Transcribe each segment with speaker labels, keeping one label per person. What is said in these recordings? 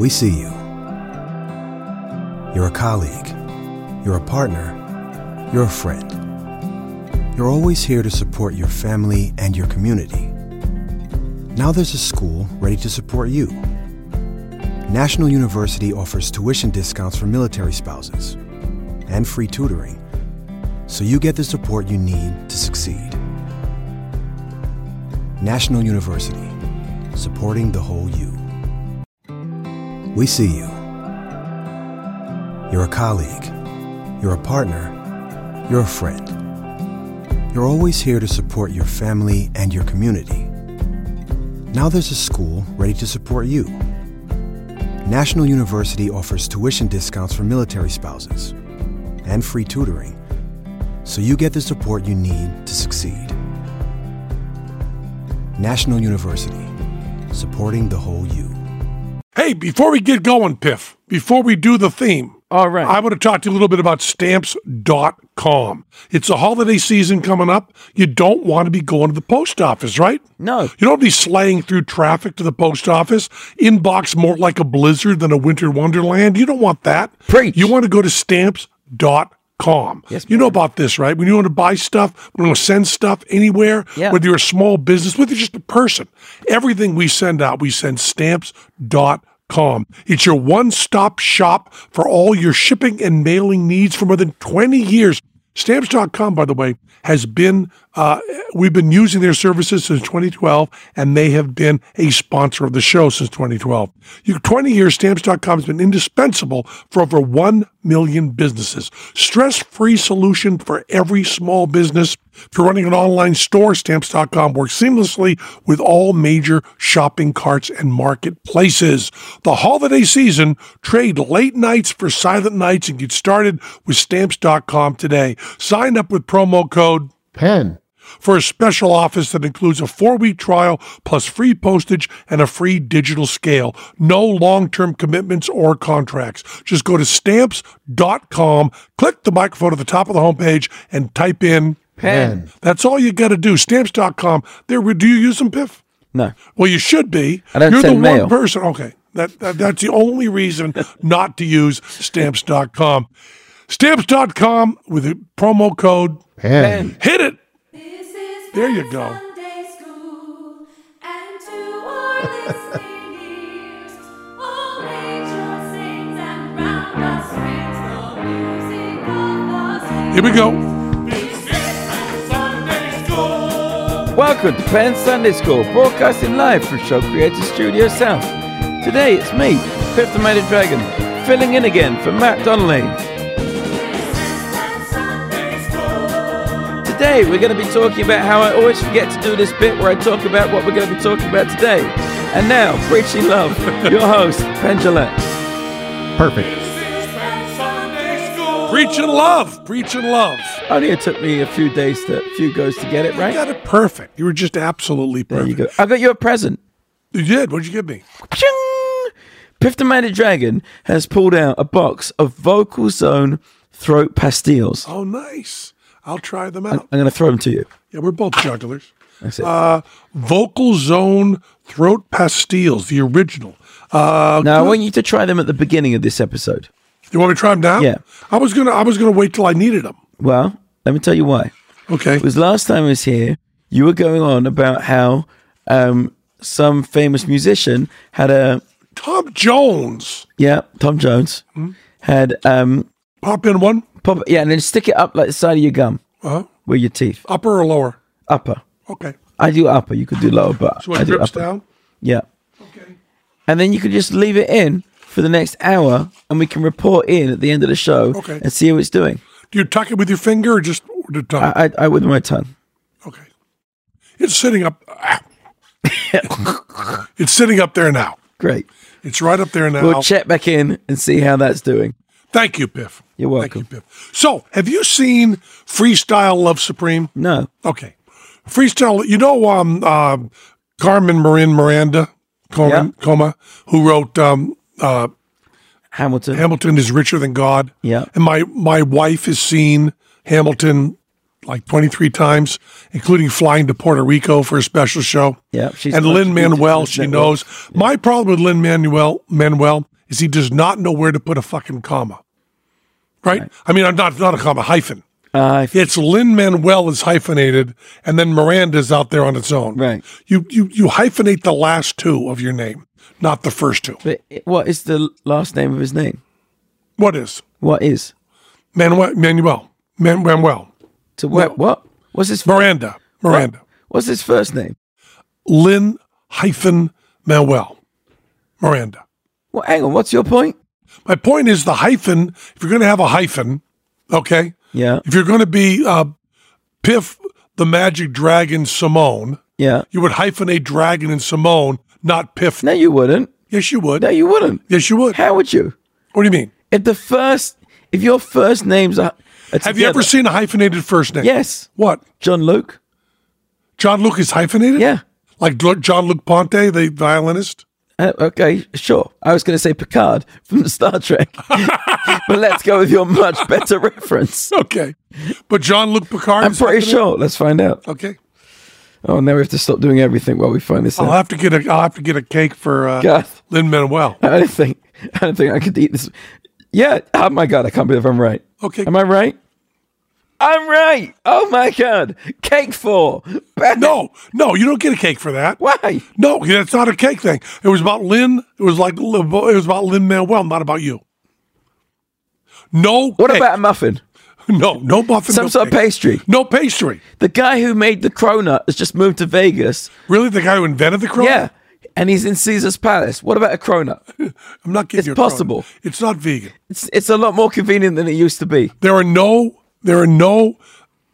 Speaker 1: We see you. You're a colleague. You're a partner. You're a friend. You're always here to support your family and your community. Now there's a school ready to support you. National University offers tuition discounts for military spouses and free tutoring, so you get the support you need to succeed. National University, supporting the whole you. We see you. You're a colleague. You're a partner. You're a friend. You're always here to support your family and your community. Now there's a school ready to support you. National University offers tuition discounts for military spouses and free tutoring, so you get the support you need to succeed. National University, supporting the whole you.
Speaker 2: Hey, before we get going, Piff, before we do the theme,
Speaker 3: All right.
Speaker 2: I want to talk to you a little bit about stamps.com. It's the holiday season coming up. You don't want to be going to the post office, right?
Speaker 3: no.
Speaker 2: You don't be slaying through traffic to the post office, inbox more like a blizzard than a winter wonderland. You don't want that.
Speaker 3: Preach.
Speaker 2: You want to go to stamps.com.
Speaker 3: Yes,
Speaker 2: you know about this, right? When you want to buy stuff, when you want to send stuff anywhere,
Speaker 3: Yeah.
Speaker 2: whether you're a small business, whether you're just a person, everything we send out, we send stamps.com. It's your one stop shop for all your shipping and mailing needs for more than 20 years. Stamps.com, by the way, has been, uh, we've been using their services since 2012, and they have been a sponsor of the show since 2012. Your 20 years, Stamps.com has been indispensable for over 1 million businesses. Stress free solution for every small business. If you're running an online store, Stamps.com works seamlessly with all major shopping carts and marketplaces. The holiday season, trade late nights for silent nights and get started with Stamps.com today. Sign up with promo code
Speaker 4: Pen.
Speaker 2: for a special office that includes a four week trial plus free postage and a free digital scale. No long term commitments or contracts. Just go to stamps.com, click the microphone at the top of the homepage, and type in
Speaker 3: Pen.
Speaker 2: That's all you got to do. Stamps.com. There, do you use them, Piff?
Speaker 3: No.
Speaker 2: Well, you should be.
Speaker 3: I don't
Speaker 2: You're the
Speaker 3: send mail.
Speaker 2: one person. Okay. That, that that's the only reason not to use stamps.com. Stamps.com with a promo code
Speaker 4: Pen.
Speaker 2: hit it.
Speaker 5: This is
Speaker 2: There you
Speaker 5: Penn
Speaker 2: go.
Speaker 5: Sunday School, and to our listening ears, all nature sings and round us rings the music of the
Speaker 2: Here we go.
Speaker 3: Welcome to Penn Sunday School, broadcasting live from Show Creator Studio South. Today it's me, Pip the Mighty Dragon, filling in again for Matt Donnelly. Today we're going to be talking about how I always forget to do this bit where I talk about what we're going to be talking about today. And now, preaching love, your host, Penn Gillette.
Speaker 4: Perfect.
Speaker 2: Preach and love. Preach and love.
Speaker 3: Only it took me a few days to, a few goes to get it
Speaker 2: You
Speaker 3: right.
Speaker 2: got it perfect. You were just absolutely
Speaker 3: There
Speaker 2: perfect.
Speaker 3: you
Speaker 2: You,
Speaker 3: go. I got you a present.
Speaker 2: did. What'd you give me?
Speaker 3: Pshing! Piff the Magic Dragon has pulled out a box of Vocal Zone throat pastilles.
Speaker 2: Oh, nice. I'll try them
Speaker 3: I'm
Speaker 2: out.
Speaker 3: going to throw them to you.
Speaker 2: Yeah, we're both jugglers.
Speaker 3: That's it.
Speaker 2: Uh, vocal zone throat pastilles, the original. Uh,
Speaker 3: now, I want you to try them at the beginning of this episode.
Speaker 2: you want me to try them now?
Speaker 3: Yeah.
Speaker 2: I was gonna. I was gonna wait till I needed them.
Speaker 3: Well, let me tell you why.
Speaker 2: Okay.
Speaker 3: It was last time I was here, you were going on about how um, some famous musician had a,
Speaker 2: Tom Jones.
Speaker 3: yeah, Tom Jones
Speaker 2: Hmm?
Speaker 3: had, um,
Speaker 2: Pop in one.
Speaker 3: pop, yeah, and then stick it up like the side of your gum
Speaker 2: Uh-huh.
Speaker 3: with your teeth.
Speaker 2: Upper or lower?
Speaker 3: Upper.
Speaker 2: Okay.
Speaker 3: I do upper. You could do lower, but
Speaker 2: So
Speaker 3: I
Speaker 2: it
Speaker 3: do
Speaker 2: drips
Speaker 3: upper.
Speaker 2: down.
Speaker 3: Yeah.
Speaker 2: Okay.
Speaker 3: and then you can just leave it in for the next hour, and we can report in at the end of the show
Speaker 2: Okay.
Speaker 3: and see how it's doing.
Speaker 2: Do you tuck it with your finger or just with the tongue?
Speaker 3: I, I, I with my tongue.
Speaker 2: Okay. It's sitting up. it's sitting up there now.
Speaker 3: Great.
Speaker 2: It's right up there now.
Speaker 3: We'll check back in and see how that's doing.
Speaker 2: Thank you, Piff.
Speaker 3: You're
Speaker 2: Thank you,
Speaker 3: welcome.
Speaker 2: Piff. So, have you seen Freestyle Love Supreme?
Speaker 3: No.
Speaker 2: Okay. Freestyle, you know, um, uh, Carmen Marin Miranda, Carmen, Coma, who wrote um, uh,
Speaker 3: Hamilton.
Speaker 2: Hamilton is Richer Than God.
Speaker 3: Yeah.
Speaker 2: And my, my wife has seen Hamilton like 23 times, including flying to Puerto Rico for a special show.
Speaker 3: Yeah, she's
Speaker 2: and Lynn Manuel,
Speaker 3: contributed to
Speaker 2: she
Speaker 3: this
Speaker 2: knows. My problem with Lynn Manuel Manuel is he does not know where to put a fucking comma. Right? I mean, I'm not not a comma hyphen.
Speaker 3: Uh, if-
Speaker 2: It's Lynn Manuel is hyphenated, and then Miranda's out there on its own.
Speaker 3: Right.
Speaker 2: You you you hyphenate the last two of your name, not the first two.
Speaker 3: but it- what is the last name of his name?
Speaker 2: What is
Speaker 3: What is?
Speaker 2: Manuel Manuel Man, Manuel
Speaker 3: To where, what? What's his
Speaker 2: Miranda Miranda
Speaker 3: What's his first name?
Speaker 2: Lynn hyphen Manuel Miranda.
Speaker 3: Well, hang on. What's your point?
Speaker 2: My point is the hyphen. If you're going to have a hyphen, okay.
Speaker 3: Yeah.
Speaker 2: If you're going to be uh, Piff the Magic Dragon Simone,
Speaker 3: Yeah.
Speaker 2: you would hyphenate Dragon and Simone, not Piff.
Speaker 3: No, you wouldn't.
Speaker 2: Yes, you would.
Speaker 3: No, you wouldn't.
Speaker 2: Yes, you would.
Speaker 3: How would you?
Speaker 2: What do you mean?
Speaker 3: If the first, if your first names are, are
Speaker 2: Have you
Speaker 3: together-
Speaker 2: ever seen a hyphenated first name?
Speaker 3: Yes,
Speaker 2: What?
Speaker 3: John Luke.
Speaker 2: John Luke is hyphenated?
Speaker 3: Yeah.
Speaker 2: Like Lu- John Luke Ponte, the violinist?
Speaker 3: Uh, okay, sure. I was going to say Picard from Star Trek, but let's go with your much better reference.
Speaker 2: Okay. But John Luke Picard
Speaker 3: I'm
Speaker 2: is
Speaker 3: pretty
Speaker 2: hyphenated?
Speaker 3: sure. Let's find out.
Speaker 2: Okay.
Speaker 3: Oh, now we have to stop doing everything while we find this
Speaker 2: I'll
Speaker 3: out.
Speaker 2: have to get a I'll have to get a cake for uh,
Speaker 3: God,
Speaker 2: Lin Manuel.
Speaker 3: I don't think I don't think I could eat this. Yeah. Oh my God, I can't believe I'm right.
Speaker 2: Okay.
Speaker 3: Am I right? I'm right. Oh my God, cake for
Speaker 2: No, no, you don't get a cake for that.
Speaker 3: Why?
Speaker 2: No, that's not a cake thing. It was about Lynn. It was like it was about Lynn Manuel, not about you. No.
Speaker 3: What
Speaker 2: cake.
Speaker 3: about a muffin?
Speaker 2: no? No muffin.
Speaker 3: Some
Speaker 2: no
Speaker 3: sort of
Speaker 2: cake.
Speaker 3: pastry.
Speaker 2: No pastry.
Speaker 3: The guy who made the cronut has just moved to Vegas.
Speaker 2: Really, the guy who invented the cronut?
Speaker 3: Yeah. And he's in Caesar's Palace. What about a cronut?
Speaker 2: I'm not giving
Speaker 3: It's
Speaker 2: you. a cronut.
Speaker 3: possible.
Speaker 2: It's not vegan.
Speaker 3: It's, it's a lot more convenient than it used to be.
Speaker 2: There are no. There are no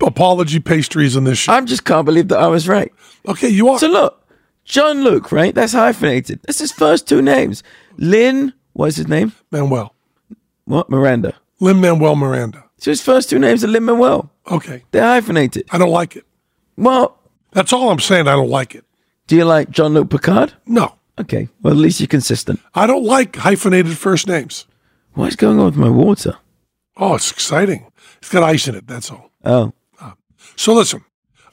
Speaker 2: apology pastries in this show.
Speaker 3: I just can't believe that I was right.
Speaker 2: okay, you are.
Speaker 3: Uh, So look, John Luke, right? That's hyphenated. That's his first two names. Lynn, what's his name?
Speaker 2: Manuel.
Speaker 3: What? Miranda.
Speaker 2: Lynn Manuel Miranda.
Speaker 3: So his first two names are Lynn Manuel.
Speaker 2: Okay,
Speaker 3: They're hyphenated.
Speaker 2: I don't like it.
Speaker 3: Well,
Speaker 2: That's all I'm saying. I don't like it.
Speaker 3: do you like John Luke Picard?
Speaker 2: No,
Speaker 3: Okay. Well, at least you're consistent.
Speaker 2: I don't like hyphenated first names.
Speaker 3: What is going on with my water?
Speaker 2: Oh, it's exciting. It's got ice in it. That's all.
Speaker 3: Oh,
Speaker 2: So listen,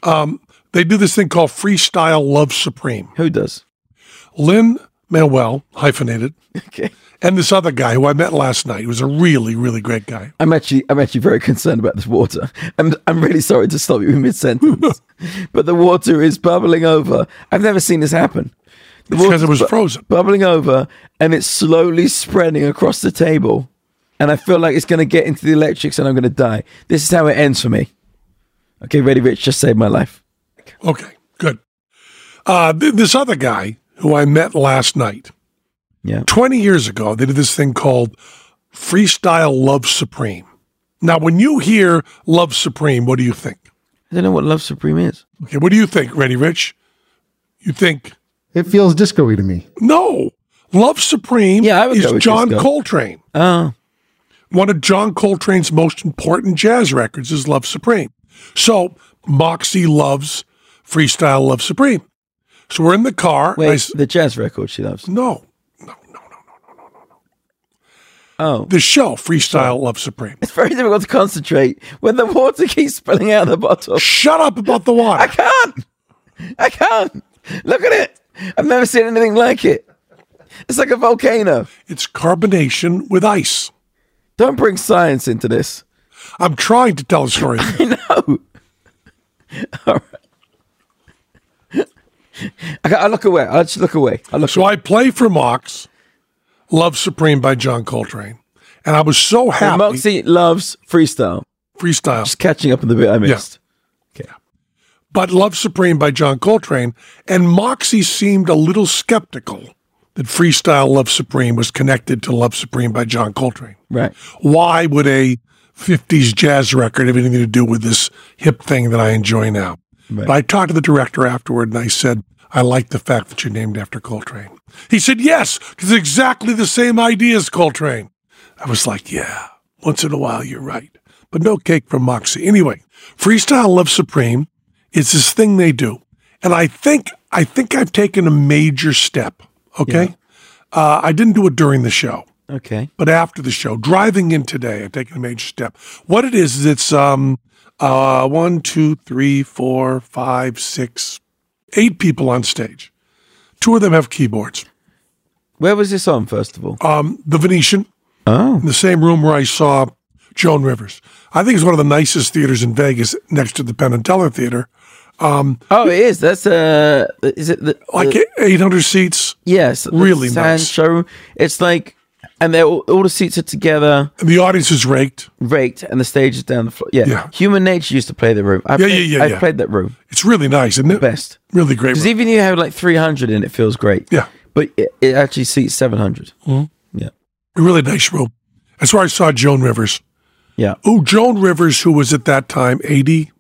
Speaker 2: um, they do this thing called Freestyle Love Supreme.
Speaker 3: who does?
Speaker 2: Lynn Manuel, hyphenated,
Speaker 3: Okay.
Speaker 2: and this other guy who I met last night, who was a really, really great guy.
Speaker 3: I'm actually, I'm actually very concerned about this water. I'm, I'm really sorry to stop you in mid sentence, but the water is bubbling over. I've never seen this happen. The
Speaker 2: It's 'cause
Speaker 3: water's
Speaker 2: it was
Speaker 3: bu-
Speaker 2: frozen.
Speaker 3: bubbling over, and it's slowly spreading across the table. And I feel like it's going to get into the electrics, and I'm going to die. This is how it ends for me. Okay, ready, Rich? Just saved my life.
Speaker 2: Okay, good. Uh, th- this other guy who I met last night,
Speaker 3: Yeah.
Speaker 2: 20 years ago, they did this thing called Freestyle Love Supreme. Now, when you hear Love Supreme, what do you think?
Speaker 3: I don't know what Love Supreme is.
Speaker 2: Okay, what do you think, Ready Rich? You think
Speaker 4: It feels disco to me.
Speaker 2: No. Love Supreme
Speaker 3: Yeah, I would go
Speaker 2: is
Speaker 3: with
Speaker 2: John
Speaker 3: disco.
Speaker 2: Coltrane.
Speaker 3: Oh,
Speaker 2: One of John Coltrane's most important jazz records is Love Supreme. So Moxie loves Freestyle Love Supreme. So we're in the car. and I
Speaker 3: wait,
Speaker 2: s-
Speaker 3: the jazz record she loves.
Speaker 2: no.
Speaker 3: Oh,
Speaker 2: The show, Freestyle Love Supreme.
Speaker 3: it's very difficult to concentrate when the water keeps spilling out of the bottle.
Speaker 2: Shut up about the
Speaker 3: I
Speaker 2: water.
Speaker 3: can't. I can't. Look at it. I've never seen anything like it. It's like a volcano.
Speaker 2: It's carbonation with ice.
Speaker 3: Don't bring science into this.
Speaker 2: I'm trying to tell a story.
Speaker 3: No. All right. I, I look away. I just look away. I look.
Speaker 2: so I play for Mox, Love Supreme by John Coltrane. And I was so happy.
Speaker 3: Moxie loves freestyle.
Speaker 2: freestyle.
Speaker 3: Just catching up on the bit I missed.
Speaker 2: but Love Supreme by John Coltrane, and Moxie seemed a little skeptical that Freestyle Love Supreme was connected to Love Supreme by John Coltrane.
Speaker 3: Right.
Speaker 2: Why would a 50s jazz record have anything to do with this hip thing that I enjoy now? But I talked to the director afterward and I said, I like the fact that you're named after Coltrane. He said, Yes, because exactly the same idea as Coltrane. I was like, Yeah, once in a while you're right. But no cake from Moxie. Anyway, Freestyle Love Supreme is this thing they do. And I think I think I've taken a major step. Okay. Uh, I didn't do it during the show
Speaker 3: Okay.
Speaker 2: but after the show, driving in today, I've taken a major step. What it is is it's um uh one, two, three, four, five, six, eight people on stage. Two of them have keyboards.
Speaker 3: Where was this on, first of all?
Speaker 2: Um, the Venetian,
Speaker 3: Oh.
Speaker 2: in the same room where I saw Joan Rivers. I think it's one of the nicest theaters in Vegas, next to the Penn and Teller Theater.
Speaker 3: Oh, it is. That's uh, is it the,
Speaker 2: Like
Speaker 3: the-
Speaker 2: eight hundred seats,
Speaker 3: yes, the
Speaker 2: really
Speaker 3: sand
Speaker 2: nice.
Speaker 3: showroom. It's like, and they're all, all the seats are together,
Speaker 2: and the audience is raked.
Speaker 3: raked, and the stage is down the floor. Yeah.
Speaker 2: Yeah.
Speaker 3: Human Nature used to play the room. I
Speaker 2: Yeah,
Speaker 3: played,
Speaker 2: yeah, yeah,
Speaker 3: I
Speaker 2: yeah.
Speaker 3: played that room.
Speaker 2: It's really nice, isn't it?
Speaker 3: Best.
Speaker 2: Really great.
Speaker 3: Because
Speaker 2: room.
Speaker 3: even if you have like 300 in it, feels great.
Speaker 2: Yeah.
Speaker 3: But it, it actually seats 700. Yeah.
Speaker 2: A really nice room. That's where I saw Joan Rivers.
Speaker 3: Yeah.
Speaker 2: Oh, Joan Rivers, who was at that time 80,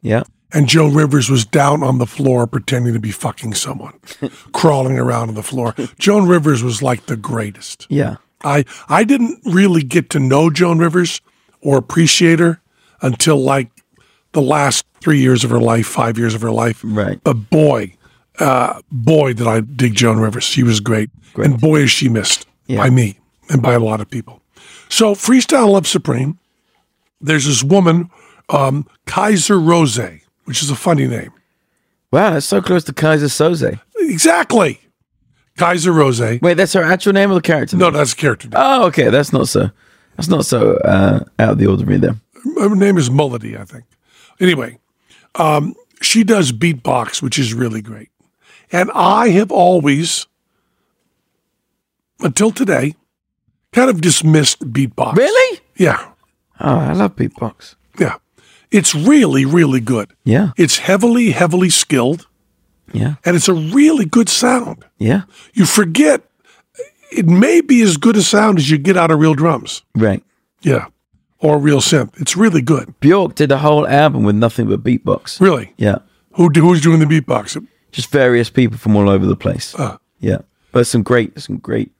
Speaker 3: Yeah.
Speaker 2: and Joan Rivers was down on the floor pretending to be fucking someone, crawling around on the floor. Joan Rivers was like the greatest.
Speaker 3: Yeah.
Speaker 2: I I didn't really get to know Joan Rivers or appreciate her until like the last three years of her life, five years of her life.
Speaker 3: Right.
Speaker 2: But boy, uh, boy, did I dig Joan Rivers. She was great, and boy is she missed
Speaker 3: Yeah.
Speaker 2: by me and by a lot of people. So freestyle love supreme. There's this woman, um, Kaiser Rose, which is a funny name.
Speaker 3: Wow, that's so close to Kaiser Soze.
Speaker 2: Exactly, Kaiser Rose.
Speaker 3: Wait, that's her actual name or the character?
Speaker 2: No,
Speaker 3: name?
Speaker 2: that's a character. name.
Speaker 3: Oh, okay. That's not so. That's not so uh, out of the ordinary there.
Speaker 2: her name is Mulledy, I think. Anyway, um, she does beatbox, which is really great. And I have always, until today, kind of dismissed beatbox.
Speaker 3: Really?
Speaker 2: Yeah,
Speaker 3: Oh, I love beatbox.
Speaker 2: yeah. It's really, really good.
Speaker 3: Yeah.
Speaker 2: It's heavily, heavily skilled,
Speaker 3: Yeah.
Speaker 2: and it's a really good sound.
Speaker 3: Yeah.
Speaker 2: You forget it may be as good a sound as you get out of real drums.
Speaker 3: Right.
Speaker 2: Yeah. Or real synth. It's really good.
Speaker 3: Bjork did a whole album with nothing but beatbox.
Speaker 2: Really.
Speaker 3: Yeah.
Speaker 2: Who, who's doing the beatbox?
Speaker 3: Just various people from all over the place.
Speaker 2: Uh.
Speaker 3: Yeah. But some great, some great,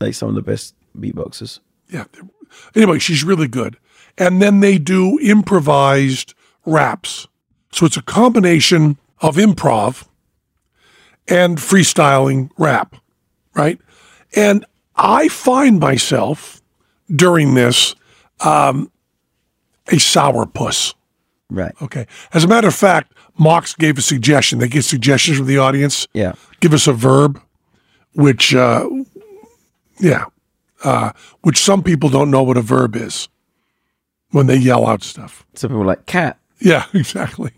Speaker 3: like some of the best beatboxers.
Speaker 2: yeah. Anyway, she's really good. And then they do improvised raps. So it's a combination of improv and freestyling rap, right? And I find myself during this um, a sourpuss.
Speaker 3: Right.
Speaker 2: Okay. As a matter of fact, Mox gave a suggestion. They get suggestions from the audience
Speaker 3: Yeah.
Speaker 2: give us a verb, which, uh, yeah, uh, which some people don't know what a verb is when they yell out stuff.
Speaker 3: Some people like cat.
Speaker 2: Yeah, exactly.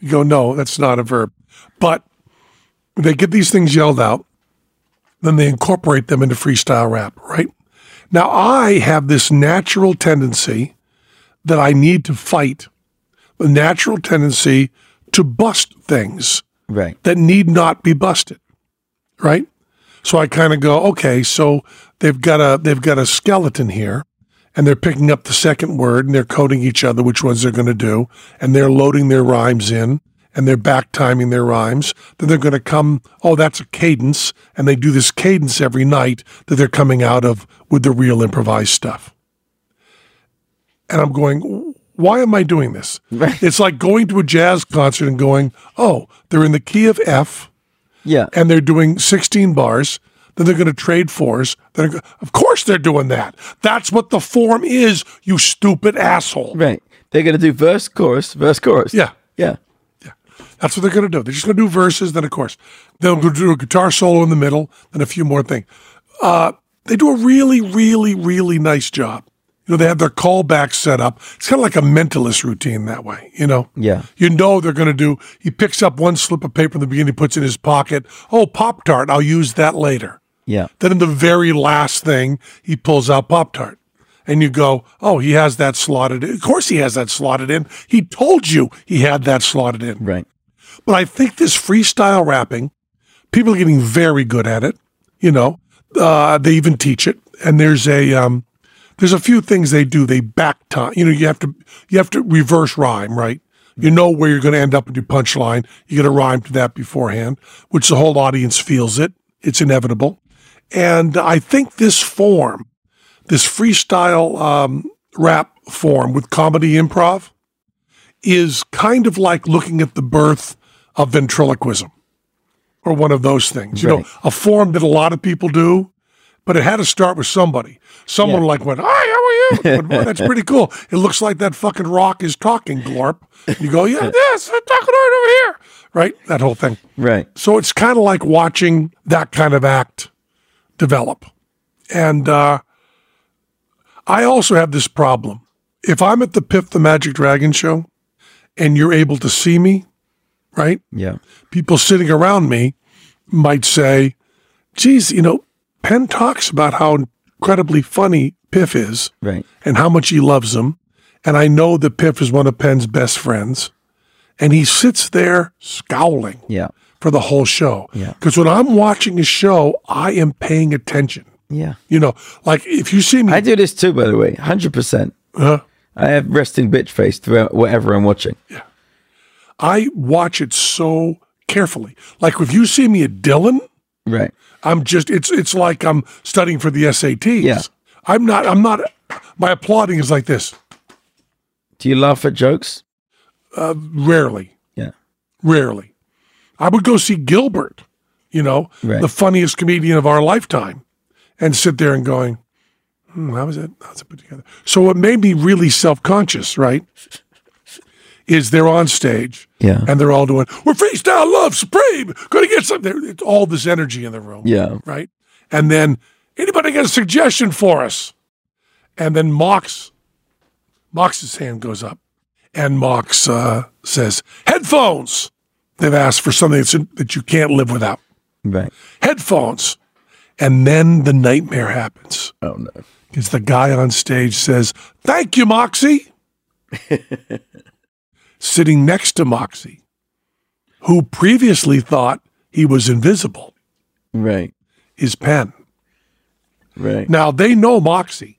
Speaker 2: you go, no, that's not a verb. But they get these things yelled out, then they incorporate them into freestyle rap, right? Now, I have this natural tendency that I need to fight, the natural tendency to bust things
Speaker 3: Right.
Speaker 2: that need not be busted, right? So I kind of go, okay, so they've got a they've got a skeleton here, and they're picking up the second word and they're coding each other which ones they're going to do, and they're loading their rhymes in and they're back timing their rhymes. Then they're going to come, oh, that's a cadence, and they do this cadence every night that they're coming out of with the real improvised stuff. And I'm going, why am I doing this?
Speaker 3: Right.
Speaker 2: It's like going to a jazz concert and going, oh, they're in the key of F
Speaker 3: Yeah.
Speaker 2: and they're doing 16 bars. Then they're going to trade fours. Then, they're go- of course, they're doing that. That's what the form is, you stupid asshole.
Speaker 3: Right. They're going to do verse, chorus, verse, chorus.
Speaker 2: Yeah.
Speaker 3: Yeah.
Speaker 2: That's what they're going to do. They're just going to do verses, then, of course, they'll go do a guitar solo in the middle, then a few more things. Uh, they do a really, really, really nice job. You know, they have their callback set up. It's kind of like a mentalist routine that way, you know?
Speaker 3: Yeah.
Speaker 2: You know they're going to do, he picks up one slip of paper in the beginning, puts it in his pocket. Oh, Pop Tart, I'll use that later.
Speaker 3: Yeah.
Speaker 2: Then in the very last thing, he pulls out Pop Tart. And you go, oh, he has that slotted in. Of course he has that slotted in. He told you he had that slotted in.
Speaker 3: Right.
Speaker 2: But I think this freestyle rapping, people are getting very good at it. You know, uh, they even teach it. And there's a um, there's a few things they do. They back time. You know, you have to you have to reverse rhyme, right? You know where you're going to end up with your punchline. You get a rhyme to that beforehand, which the whole audience feels it. It's inevitable. And I think this form, this freestyle um, rap form with comedy improv, is kind of like looking at the birth of ventriloquism or one of those things. You know, a form that a lot of people do, but it had to start with somebody. Someone like went, "Hi, how are you?" Went, "Boy, that's pretty cool. It looks like that fucking rock is talking, Glorp. You go, "Yeah, yes, I'm talking right over here." Right, that whole thing.
Speaker 3: Right.
Speaker 2: So it's kind of like watching that kind of act develop. And uh, I also have this problem. If I'm at the Piff the Magic Dragon show and you're able to see me, right?
Speaker 3: Yeah.
Speaker 2: people sitting around me might say, geez, you know, Penn talks about how incredibly funny Piff is
Speaker 3: Right.
Speaker 2: and how much he loves him. And I know that Piff is one of Penn's best friends. And he sits there scowling
Speaker 3: Yeah.
Speaker 2: for the whole show.
Speaker 3: Yeah.
Speaker 2: Because when I'm watching a show, I am paying attention.
Speaker 3: Yeah.
Speaker 2: You know, like if you see me,
Speaker 3: I do this too, by the way. Hundred percent.
Speaker 2: Huh?
Speaker 3: I have resting bitch face throughout whatever I'm watching.
Speaker 2: I watch it so carefully. Like if you see me at Dylan,
Speaker 3: Right.
Speaker 2: I'm just it's it's like I'm studying for the SATs.
Speaker 3: Yeah.
Speaker 2: I'm not I'm not my applauding is like this.
Speaker 3: Do you laugh at jokes?
Speaker 2: uh, Rarely.
Speaker 3: Yeah.
Speaker 2: Rarely. I would go see Gilbert, you know,
Speaker 3: Right.
Speaker 2: the funniest comedian of our lifetime, and sit there and going, hmm, how was that? How's it put together? So what made me really self conscious, right? Is they're on stage
Speaker 3: Yeah.
Speaker 2: and they're all doing, We're freestyle love supreme, gonna get something. It's all this energy in the room.
Speaker 3: Yeah.
Speaker 2: right? And then anybody got a suggestion for us? And then Mox, Mox's hand goes up, and Mox uh, says, "Headphones." They've asked for something that's that you can't live without.
Speaker 3: Right.
Speaker 2: Headphones. And then the nightmare happens
Speaker 3: Oh no.
Speaker 2: because the guy on stage says, "Thank you, Moxie." Sitting next to Moxie, who previously thought he was invisible,
Speaker 3: Right.
Speaker 2: is Penn.
Speaker 3: Right.
Speaker 2: Now they know Moxie.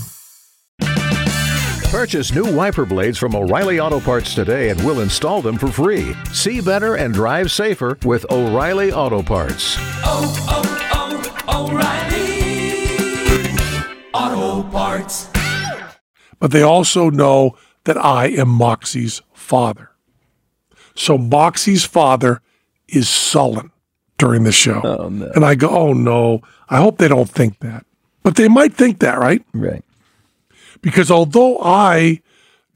Speaker 6: Purchase new wiper blades from O'Reilly Auto Parts today and we'll install them for free. See better and drive safer with O'Reilly Auto Parts.
Speaker 7: Oh, oh, oh, O'Reilly. Auto parts.
Speaker 2: But they also know that I am Moxie's father. So Moxie's father is sullen during the show. And I go, oh no, I hope they don't think that. But they might think that, right?
Speaker 3: Right.
Speaker 2: Because although I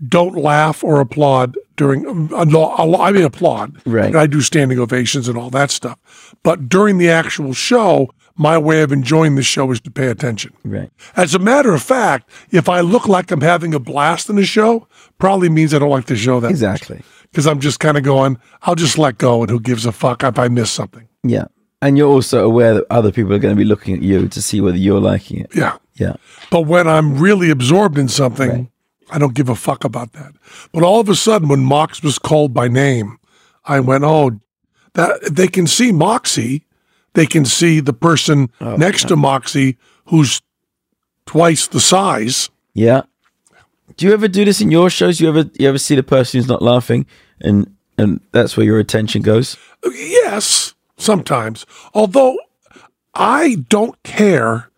Speaker 2: don't laugh or applaud during, um, no, I mean applaud,
Speaker 3: Right.
Speaker 2: and I do standing ovations and all that stuff. But during the actual show, my way of enjoying the show is to pay attention.
Speaker 3: Right.
Speaker 2: As a matter of fact, if I look like I'm having a blast in the show, probably means I don't like the show that
Speaker 3: Exactly.
Speaker 2: Because I'm just kind of going, I'll just let go, and who gives a fuck if I miss something?
Speaker 3: Yeah. And you're also aware that other people are going to be looking at you to see whether you're liking it.
Speaker 2: Yeah.
Speaker 3: Yeah.
Speaker 2: But when I'm really absorbed in something, I don't give a fuck about that. But all of a sudden, when Mox was called by name, I went, "Oh, that they can see Moxie. They can see the person next to Moxie who's twice the size."
Speaker 3: Yeah. Do you ever do this in your shows? You ever you ever see the person who's not laughing and and that's where your attention goes?
Speaker 2: Yes, sometimes. Although I don't care.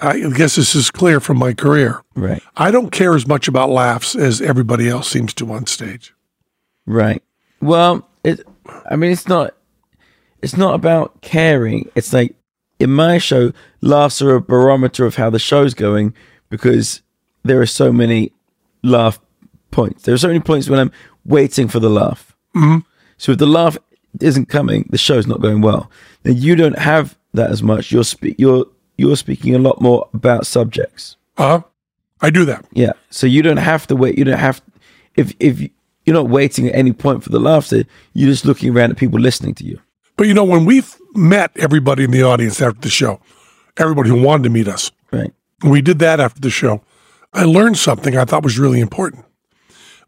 Speaker 2: I guess this is clear from my career.
Speaker 3: Right.
Speaker 2: I don't care as much about laughs as everybody else seems to on stage.
Speaker 3: Right. Well, it I mean it's not it's not about caring. It's like in my show, laughs are a barometer of how the show's going because there are so many laugh points. There are so many points when I'm waiting for the laugh. So if the laugh isn't coming, the show's not going well. Then you don't have that as much. You're spe- you're you're speaking a lot more about subjects.
Speaker 2: Uh huh. I do that.
Speaker 3: Yeah. So you don't have to wait. You don't have if if you're not waiting at any point for the laughter. You're just looking around at people listening to you.
Speaker 2: But you know, when we f- met everybody in the audience after the show, everybody who wanted to meet us,
Speaker 3: Right.
Speaker 2: we did that after the show. I learned something I thought was really important,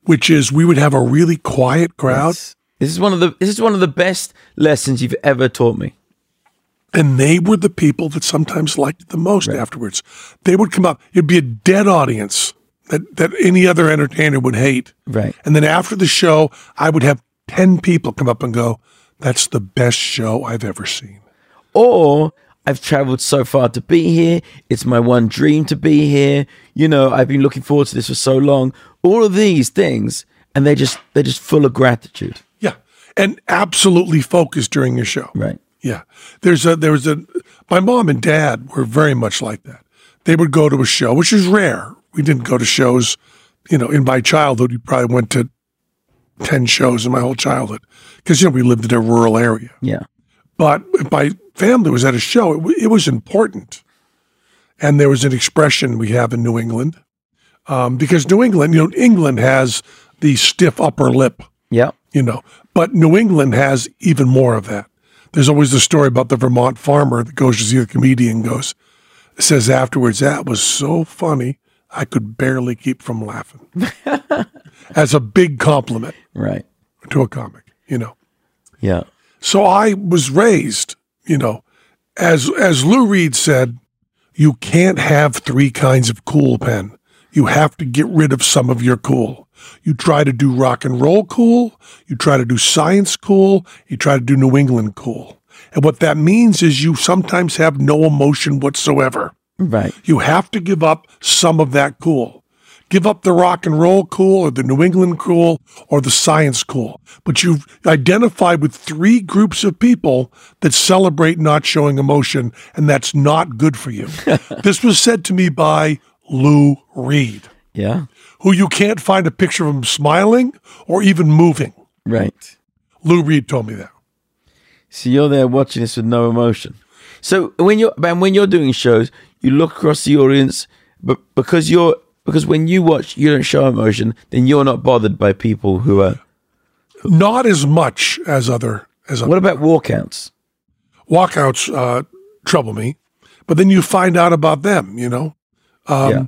Speaker 2: which is we would have a really quiet crowd
Speaker 3: This is one of the this is one of the best lessons you've ever taught me.
Speaker 2: and they were the people that sometimes liked it the most afterwards. They would come up, it'd be a dead audience that, that any other entertainer would hate.
Speaker 3: Right.
Speaker 2: And then after the show, I would have 10 people come up and go, That's the best show I've ever seen.
Speaker 3: Or I've traveled so far to be here. It's my one dream to be here. You know, I've been looking forward to this for so long. All of these things, and they just they're just full of gratitude.
Speaker 2: Yeah. And absolutely focused during your show.
Speaker 3: Right.
Speaker 2: Yeah. There's a there was a my mom and dad were very much like that. They would go to a show, which is rare. We didn't go to shows, you know, in my childhood, we probably went to 10 shows in my whole childhood because, you know, we lived in a rural area.
Speaker 3: Yeah.
Speaker 2: But if my family was at a show, it, w- it was important. And there was an expression we have in New England um, because New England, you know, England has the stiff upper lip
Speaker 3: Yeah.
Speaker 2: you know. But New England has even more of that. There's always the story about the Vermont farmer that goes to see the comedian and goes, says afterwards, that was so funny, I could barely keep from laughing. As a big compliment
Speaker 3: Right.
Speaker 2: to a comic, you know.
Speaker 3: Yeah.
Speaker 2: So I was raised, you know, as as Lou Reed said, you can't have three kinds of cool, Pen. You have to get rid of some of your cool. You try to do rock and roll cool, you try to do science cool, you try to do New England cool. And what that means is you sometimes have no emotion whatsoever.
Speaker 3: Right.
Speaker 2: You have to give up some of that cool. Give up the rock and roll cool or the New England cool or the science cool. But you've identified with three groups of people that celebrate not showing emotion, and that's not good for you. this was said to me by Lou Reed,
Speaker 3: Yeah.
Speaker 2: who you can't find a picture of him smiling or even moving.
Speaker 3: Right.
Speaker 2: Lou Reed told me that.
Speaker 3: So you're there watching this with no emotion. So when you're man, when you're doing shows, you look across the audience, but because you're because when you watch, you don't show emotion, then you're not bothered by people who are.
Speaker 2: Not as much as other as other
Speaker 3: What about walkouts?
Speaker 2: walkouts uh, trouble me, but then you find out about them, you know? Um,
Speaker 3: yeah.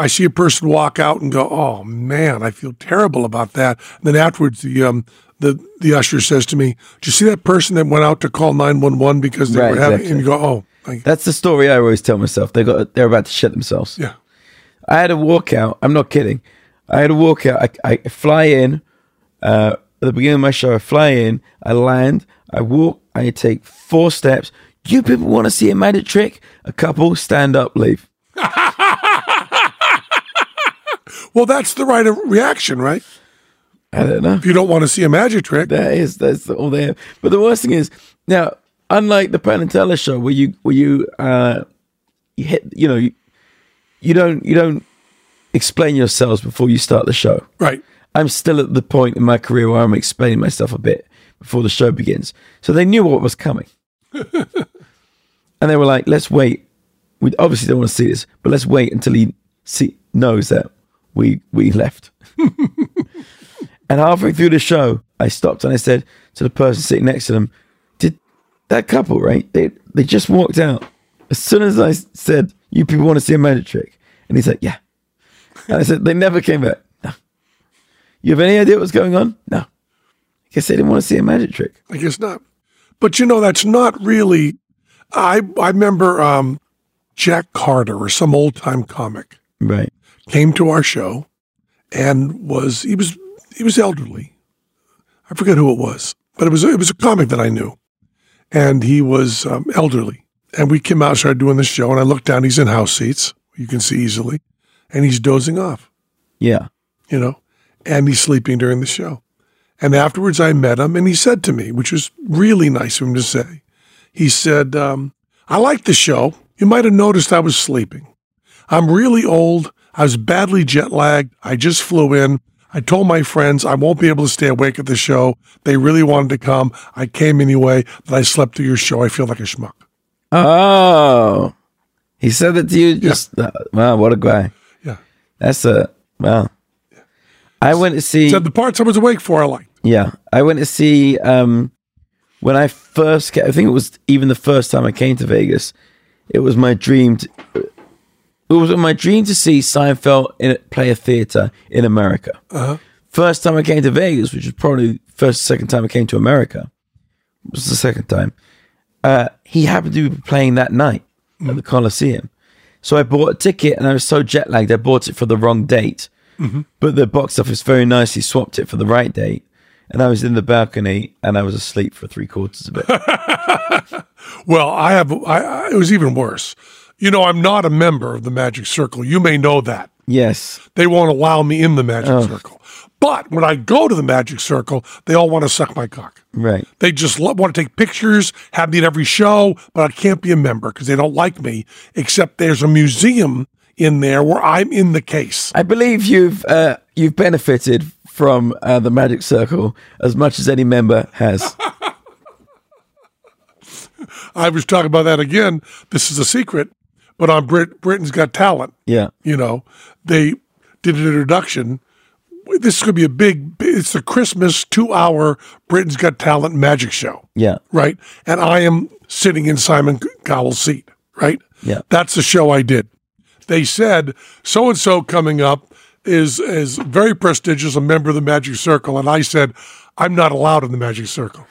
Speaker 2: I see a person walk out and go, "Oh man, I feel terrible about that." And then afterwards, the um, the the usher says to me, "Did you see that person that went out to call nine one one because they
Speaker 3: Right,
Speaker 2: were having?"
Speaker 3: exactly.
Speaker 2: And you go, "Oh, thank
Speaker 3: That's the story I always tell myself. They got they're about to shit themselves.
Speaker 2: yeah,
Speaker 3: I had a walkout. I'm not kidding. I had a walkout. I, I fly in uh, at the beginning of my show. I fly in. I land. I walk. I take four steps. You people want to see a magic trick? A couple stand up, leave.
Speaker 2: well, that's the right reaction, right?
Speaker 3: I don't know.
Speaker 2: If you don't want to see a magic trick,
Speaker 3: That is that's all they have. But the worst thing is now, unlike the Penn and Teller show, where you where you uh, you hit you know you, you don't you don't explain yourselves before you start the show.
Speaker 2: right?
Speaker 3: I'm still at the point in my career where I'm explaining myself a bit before the show begins. So they knew what was coming. and they were like, let's wait. We obviously don't want to see this, but let's wait until he see, knows that we, we left. and halfway through the show, I stopped and I said to the person sitting next to them, did that couple, right? They, they just walked out. As soon as I s- said, you people want to see a magic trick. And he's like, yeah. And I said, they never came back. No. You have any idea what's going on? No. I guess they didn't want to see a magic trick.
Speaker 2: I guess not. But you know, that's not really. I I remember um, Jack Carter or some old time comic.
Speaker 3: Right.
Speaker 2: came to our show and was he was he was elderly. I forget who it was, but it was it was a comic that I knew, and he was um, elderly. And we came out and started doing the show, and I looked down. He's in house seats, you can see easily, and he's dozing off,
Speaker 3: Yeah.
Speaker 2: you know, and he's sleeping during the show. And afterwards, I met him, and he said to me, which was really nice of him to say, he said, um, I like the show. You might have noticed I was sleeping. I'm really old. I was badly jet lagged. I just flew in. I told my friends I won't be able to stay awake at the show. They really wanted to come. I came anyway, but I slept through your show. I feel like a schmuck.
Speaker 3: Oh. He said uh, that to you just wow, what a guy.
Speaker 2: Yeah.
Speaker 3: That's a wow. I went to see.
Speaker 2: Said the parts I was awake for, I liked.
Speaker 3: Yeah, I went to see um, when I first. Ca- I think it was even the first time I came to Vegas. It was my dream. To, it was my dream to see Seinfeld in, play a theater in America. First time I came to Vegas, which was probably first second time I came to America. It was the second time. Uh, he happened to be playing that night at the Coliseum. So I bought a ticket and I was so jet lagged, I bought it for the wrong date. But the box office very nicely swapped it for the right date. And I was in the balcony and I was asleep for three quarters of it.
Speaker 2: Well, I have. I, I, it was even worse. You know, I'm not a member of the Magic Circle. You may know that.
Speaker 3: yes.
Speaker 2: They won't allow me in the Magic Circle. But when I go to the Magic Circle, they all want to suck my cock.
Speaker 3: Right.
Speaker 2: They just lo- want to take pictures, have me at every show, but I can't be a member because they don't like me. Except there's a museum in there where I'm in the case.
Speaker 3: I believe you've uh, you've benefited from uh, the Magic Circle as much as any member has.
Speaker 2: I was talking about that again. This is a secret, but on Brit- Britain's Got Talent,
Speaker 3: Yeah.
Speaker 2: you know, they did an introduction. This is going to be a big, it's the Christmas two hour Britain's Got Talent magic show.
Speaker 3: Yeah.
Speaker 2: right? And I am sitting in Simon Cowell's seat, right?
Speaker 3: Yeah.
Speaker 2: That's the show I did. They said so and so coming up is is very prestigious, a member of the Magic Circle, and I said I'm not allowed in the Magic Circle.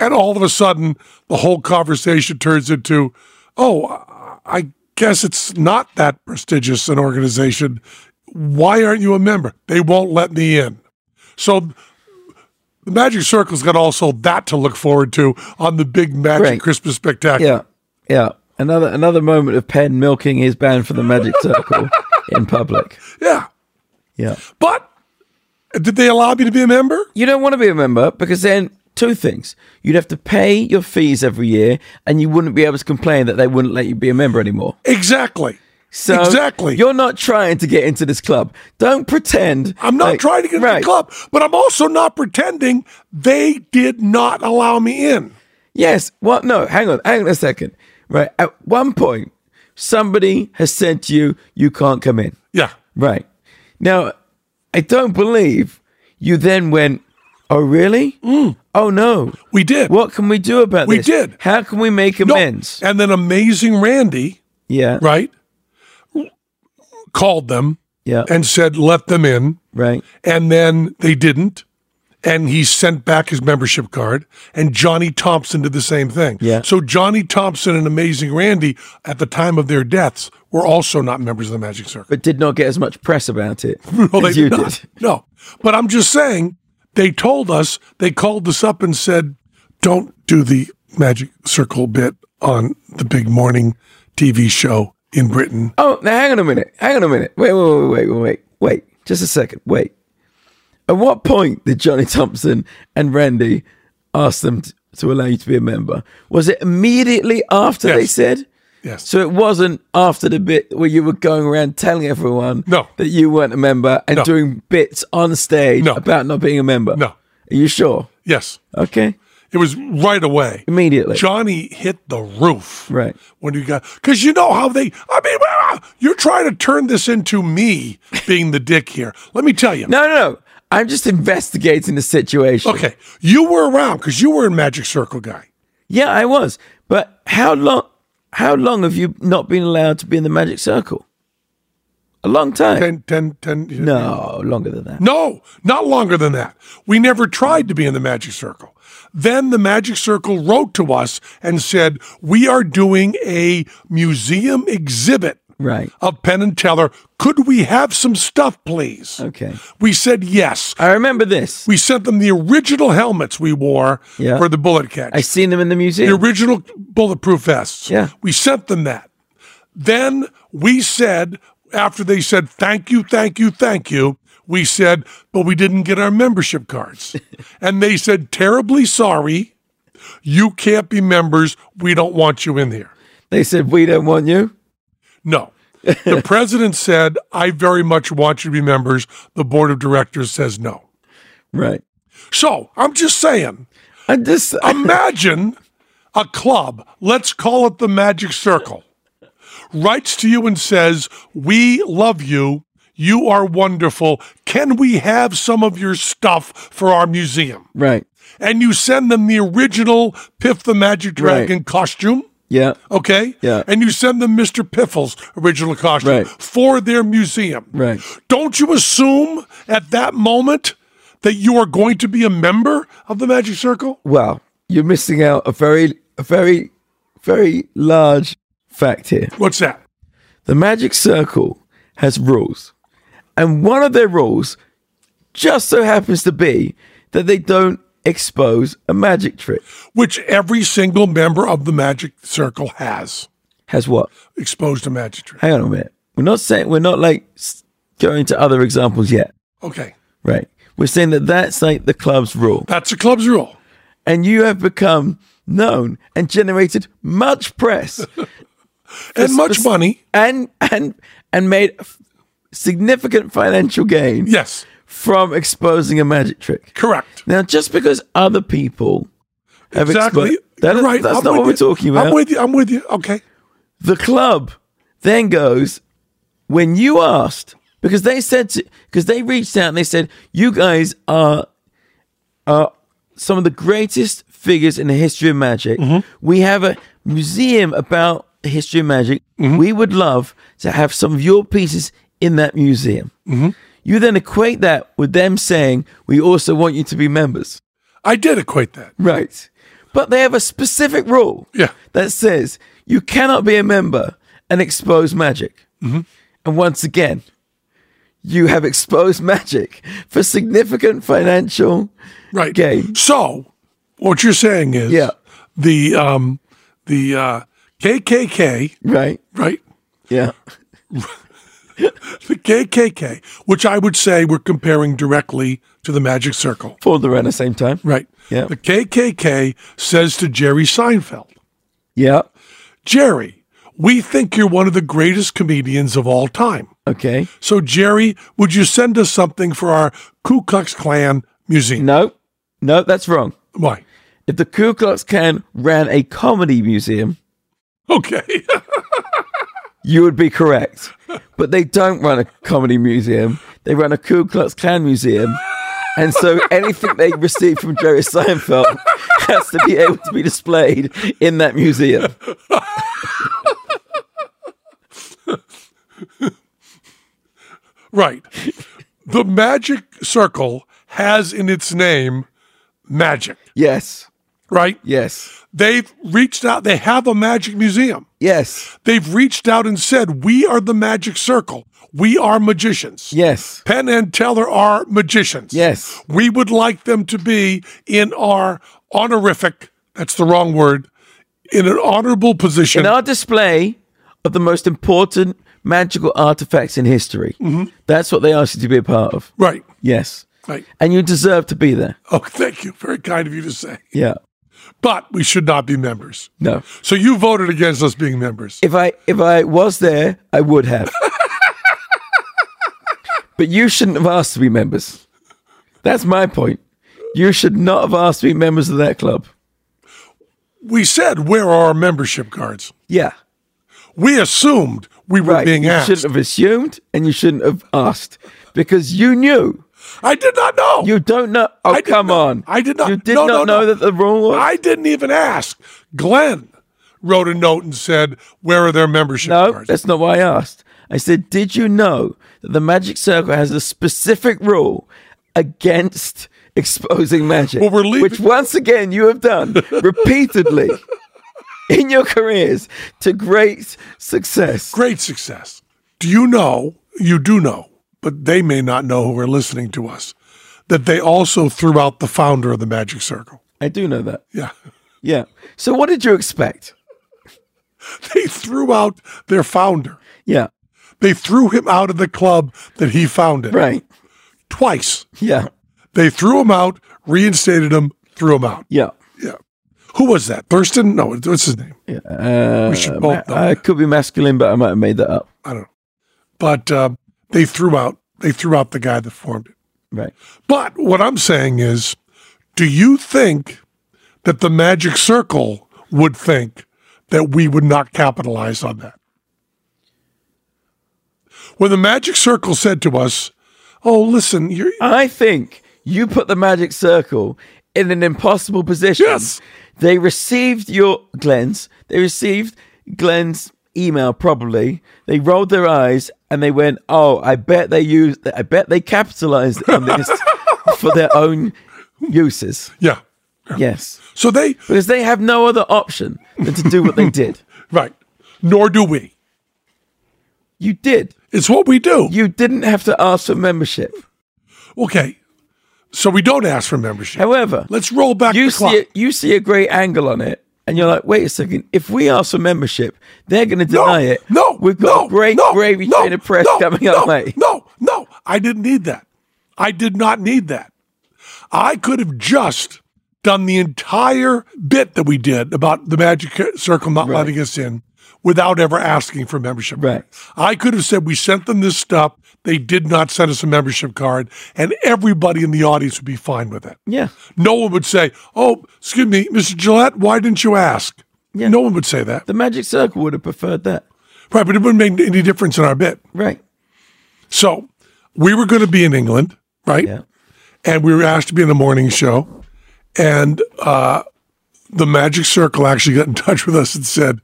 Speaker 2: And all of a sudden, the whole conversation turns into, "Oh, I- I guess it's not that prestigious an organization. Why aren't you a member? They won't let me in." So the Magic Circle's got also that to look forward to on the big Magic
Speaker 3: Right.
Speaker 2: Christmas Spectacular.
Speaker 3: Yeah. Yeah. Another another moment of Penn milking his band for the Magic Circle in public.
Speaker 2: Yeah.
Speaker 3: Yeah.
Speaker 2: But did they allow me to be a member?
Speaker 3: You don't want to be a member because then two things. You'd have to pay your fees every year and you wouldn't be able to complain that they wouldn't let you be a member anymore.
Speaker 2: Exactly.
Speaker 3: So
Speaker 2: exactly.
Speaker 3: You're not trying to get into this club. Don't pretend.
Speaker 2: I'm not
Speaker 3: like-
Speaker 2: trying to get in
Speaker 3: right.
Speaker 2: the club, but I'm also not pretending they did not allow me in.
Speaker 3: Yes. Well, no, hang on. Hang on a second. Right. At one point, somebody has said to you, you can't come in.
Speaker 2: Yeah.
Speaker 3: Right. Now, I don't believe you then went, oh, really? Oh, no.
Speaker 2: We did.
Speaker 3: What can we do about
Speaker 2: Mm. We
Speaker 3: this?
Speaker 2: did.
Speaker 3: How can we make
Speaker 2: No.
Speaker 3: amends?
Speaker 2: And then Amazing Randy,
Speaker 3: Yeah.
Speaker 2: right, called them
Speaker 3: Yeah.
Speaker 2: and said, let them in.
Speaker 3: right.
Speaker 2: and then they didn't and he sent back his membership card and johnny thompson did the same thing
Speaker 3: Yeah.
Speaker 2: so johnny thompson and amazing randy at the time of their deaths were also not members of the magic circle
Speaker 3: But did not get as much press about it
Speaker 2: no
Speaker 3: as
Speaker 2: they
Speaker 3: you
Speaker 2: did not.
Speaker 3: did.
Speaker 2: no but i'm just saying they told us they called us up and said don't do the magic circle bit on the big morning tv show in britain
Speaker 3: Oh, now hang on a minute. Hang on a minute. Wait, wait, wait, wait, wait, wait. Wait. Just a second. Wait. At what point did Johnny Thompson and Randy ask them to, to allow you to be a member? Was it immediately after they
Speaker 2: Yes.
Speaker 3: said?
Speaker 2: yes
Speaker 3: So it wasn't after the bit where you were going around telling everyone
Speaker 2: No.
Speaker 3: that you weren't a member and
Speaker 2: No.
Speaker 3: doing bits on stage
Speaker 2: No.
Speaker 3: about not being a member.
Speaker 2: No.
Speaker 3: Are you sure?
Speaker 2: yes
Speaker 3: Okay.
Speaker 2: it was right away
Speaker 3: Immediately.
Speaker 2: Johnny hit the roof.
Speaker 3: Right.
Speaker 2: When you got, because you know how they, I mean, ah, you're trying to turn this into me being the dick here. Let me tell you.
Speaker 3: no, no, no. I'm just investigating the situation.
Speaker 2: Okay. You were around because you were a Magic Circle guy.
Speaker 3: Yeah, I was. But how long how long have you not been allowed to be in the magic circle? A long time.
Speaker 2: 10, 10, 10.
Speaker 3: No, longer than that.
Speaker 2: No, not longer than that. We never tried to be in the Magic Circle. Then the Magic Circle wrote to us and said, We are doing a museum exhibit
Speaker 3: Right.
Speaker 2: of Penn and Teller. Could we have some stuff, please?
Speaker 3: Okay.
Speaker 2: We said yes.
Speaker 3: I remember this.
Speaker 2: We sent them the original helmets we wore
Speaker 3: Yeah.
Speaker 2: for the bullet catch.
Speaker 3: I seen them in the
Speaker 2: the
Speaker 3: museum.
Speaker 2: original bulletproof vests.
Speaker 3: Yeah.
Speaker 2: We sent them that. Then we said, after they said, thank you, thank you, thank you, we said, but we didn't get our membership cards. and they said, terribly sorry. You can't be members. We don't want you in here.
Speaker 3: They said we don't want you.
Speaker 2: No. the president said, I very much want you to be members. The board of directors says no.
Speaker 3: Right.
Speaker 2: So I'm just saying.
Speaker 3: I just
Speaker 2: Imagine a club, let's call it the Magic Circle, writes to you and says, We love you. You are wonderful. Can we have some of your stuff for our museum?
Speaker 3: Right.
Speaker 2: And you send them the original Piff the Magic Dragon costume.
Speaker 3: Yeah.
Speaker 2: Okay.
Speaker 3: Yeah.
Speaker 2: And you send them Mr. Piffle's original costume
Speaker 3: Right.
Speaker 2: for their museum.
Speaker 3: Right.
Speaker 2: Don't you assume at that moment that you are going to be a member of the Magic Circle?
Speaker 3: Well, you're missing out a very, a very, very large fact here.
Speaker 2: What's that?
Speaker 3: The Magic Circle has rules. And one of their rules just so happens to be that they don't expose a magic trick.
Speaker 2: Which every single member of the Magic Circle has
Speaker 3: Has what?
Speaker 2: exposed a magic trick.
Speaker 3: Hang on a minute. We're not saying, we're not like s- going to other examples yet,
Speaker 2: Okay.
Speaker 3: right? We're saying that that's like the club's rule.
Speaker 2: That's the club's rule.
Speaker 3: And you have become known and generated much press
Speaker 2: And much
Speaker 3: spec-
Speaker 2: money.
Speaker 3: and, and, and made f- significant financial gain
Speaker 2: Yes.
Speaker 3: from exposing a magic trick.
Speaker 2: Correct.
Speaker 3: Now, just because other people have
Speaker 2: Exactly.
Speaker 3: expo- that-
Speaker 2: You're right.
Speaker 3: that's
Speaker 2: I'm
Speaker 3: not what
Speaker 2: with
Speaker 3: we're
Speaker 2: you.
Speaker 3: talking about.
Speaker 2: I'm with you. I'm with you. Okay.
Speaker 3: the club then goes when you asked because they said because they reached out and they said you guys are are some of the greatest figures in the history of magic.
Speaker 2: Mm-hmm.
Speaker 3: We have a museum about the history of magic.
Speaker 2: Mm-hmm.
Speaker 3: We would love to have some of your pieces in that museum.
Speaker 2: Mm-hmm.
Speaker 3: You then equate that with them saying we also want you to be members.
Speaker 2: I did equate that.
Speaker 3: Right. But they have a specific rule
Speaker 2: Yeah.
Speaker 3: that says you cannot be a member and expose magic. And once again, you have exposed magic for significant financial
Speaker 2: Right.
Speaker 3: gain.
Speaker 2: So, what you're saying is
Speaker 3: Yeah.
Speaker 2: the um the uh KKK,
Speaker 3: Right.
Speaker 2: right?
Speaker 3: Yeah.
Speaker 2: The KKK, which I would say we're comparing directly to the Magic Circle.
Speaker 3: Pulled around the same time.
Speaker 2: Right.
Speaker 3: Yeah.
Speaker 2: The KKK says to Jerry Seinfeld,
Speaker 3: Yeah.
Speaker 2: Jerry, we think you're one of the greatest comedians of all time.
Speaker 3: Okay.
Speaker 2: So, Jerry, would you send us something for our Ku Klux Klan museum?
Speaker 3: No. No, that's wrong.
Speaker 2: Why?
Speaker 3: If the Ku Klux Klan ran a comedy museum,
Speaker 2: Okay.
Speaker 3: you would be correct. But they don't run a comedy museum. They run a Ku Klux Klan museum. And so anything they receive from Jerry Seinfeld has to be able to be displayed in that museum.
Speaker 2: Right. The magic circle has in its name magic,
Speaker 3: Yes.
Speaker 2: right?
Speaker 3: Yes.
Speaker 2: They've reached out, they have a magic museum.
Speaker 3: Yes.
Speaker 2: They've reached out and said, We are the magic circle. We are magicians.
Speaker 3: Yes.
Speaker 2: Penn and Teller are magicians.
Speaker 3: Yes.
Speaker 2: We would like them to be in our honorific, that's the wrong word, in an honorable position.
Speaker 3: In our display of the most important magical artifacts in history. That's what they asked you to be a part of.
Speaker 2: right,
Speaker 3: Yes.
Speaker 2: right.
Speaker 3: And you deserve to be there.
Speaker 2: Oh, thank you. Very kind of you to say.
Speaker 3: Yeah.
Speaker 2: But we should not be members.
Speaker 3: No.
Speaker 2: So you voted against us being members.
Speaker 3: if I if I was there, I would have. but you shouldn't have asked to be members. That's my point. You should not have asked to be members of that club.
Speaker 2: we said where are our membership cards?
Speaker 3: Yeah,
Speaker 2: We assumed we were
Speaker 3: right.
Speaker 2: being
Speaker 3: you
Speaker 2: asked.
Speaker 3: shouldn't have assumed, and you shouldn't have asked because you knew.
Speaker 2: I did not know.
Speaker 3: You don't know. Oh,
Speaker 2: I did
Speaker 3: come
Speaker 2: not-
Speaker 3: on!
Speaker 2: I did not-
Speaker 3: You did
Speaker 2: no,
Speaker 3: not
Speaker 2: no,
Speaker 3: know
Speaker 2: no.
Speaker 3: that the rule was.
Speaker 2: I didn't even ask. Glenn wrote a note and said, "Where are their membership
Speaker 3: no,
Speaker 2: cards?"
Speaker 3: that's not why I asked. I said, did you know that the Magic Circle has a specific rule against exposing magic?
Speaker 2: Well, we're leaving-
Speaker 3: Which once again you have done repeatedly in your careers to great success.
Speaker 2: Great success. Do you know? You do know, but they may not know who are listening to us that they also threw out the founder of the Magic Circle.
Speaker 3: I do know that.
Speaker 2: Yeah,
Speaker 3: Yeah. So what did you expect?
Speaker 2: they threw out their founder.
Speaker 3: Yeah.
Speaker 2: They threw him out of the club that he founded
Speaker 3: Right.
Speaker 2: twice.
Speaker 3: Yeah.
Speaker 2: They threw him out, reinstated him, threw him out.
Speaker 3: Yeah.
Speaker 2: Who was that? Thurston? No, what's his name? we should both know.
Speaker 3: Uh, I could be masculine, but I might have made that up.
Speaker 2: I don't know. But uh, they threw out they threw out the guy that formed it.
Speaker 3: Right.
Speaker 2: But what I'm saying is, do you think that the Magic Circle would think that we would not capitalize on that? when the magic circle said to us, "Oh, listen, you're
Speaker 3: I think you put the magic circle in an impossible position.
Speaker 2: Yes.
Speaker 3: They received your Glenn's. They received Glenn's email probably. They rolled their eyes and they went, "Oh, I bet they used. I bet they capitalized on this for their own uses."
Speaker 2: yeah."
Speaker 3: Yes,
Speaker 2: So they
Speaker 3: because they have no other option than to do what they did.
Speaker 2: right, nor do we.
Speaker 3: You did.
Speaker 2: It's what we do.
Speaker 3: You didn't have to ask for membership.
Speaker 2: okay, so we don't ask for membership.
Speaker 3: However,
Speaker 2: Let's roll back
Speaker 3: you
Speaker 2: the clock.
Speaker 3: see a, you see a great angle on it and you're like wait a second if we ask for membership they're going to deny it
Speaker 2: No,
Speaker 3: we've got
Speaker 2: no,
Speaker 3: a great
Speaker 2: no,
Speaker 3: gravy
Speaker 2: no,
Speaker 3: train of press
Speaker 2: no,
Speaker 3: coming
Speaker 2: no,
Speaker 3: up mate
Speaker 2: No, no, I didn't need that. I did not need that. I could have just done the entire bit that we did about the magic circle not letting us in without ever asking for membership.
Speaker 3: Right.
Speaker 2: I could have said we sent them this stuff. They did not send us a membership card, and everybody in the audience would be fine with it.
Speaker 3: yeah
Speaker 2: No one would say, "Oh, excuse me, Mr. Gillette, why didn't you ask?"
Speaker 3: Yeah.
Speaker 2: No one would say that.
Speaker 3: the magic circle would have preferred that
Speaker 2: Right, but it wouldn't make any difference in our bit.
Speaker 3: right
Speaker 2: So we were going to be in England, right?
Speaker 3: yeah
Speaker 2: And we were asked to be in the morning show. And uh, the Magic Circle actually got in touch with us and said,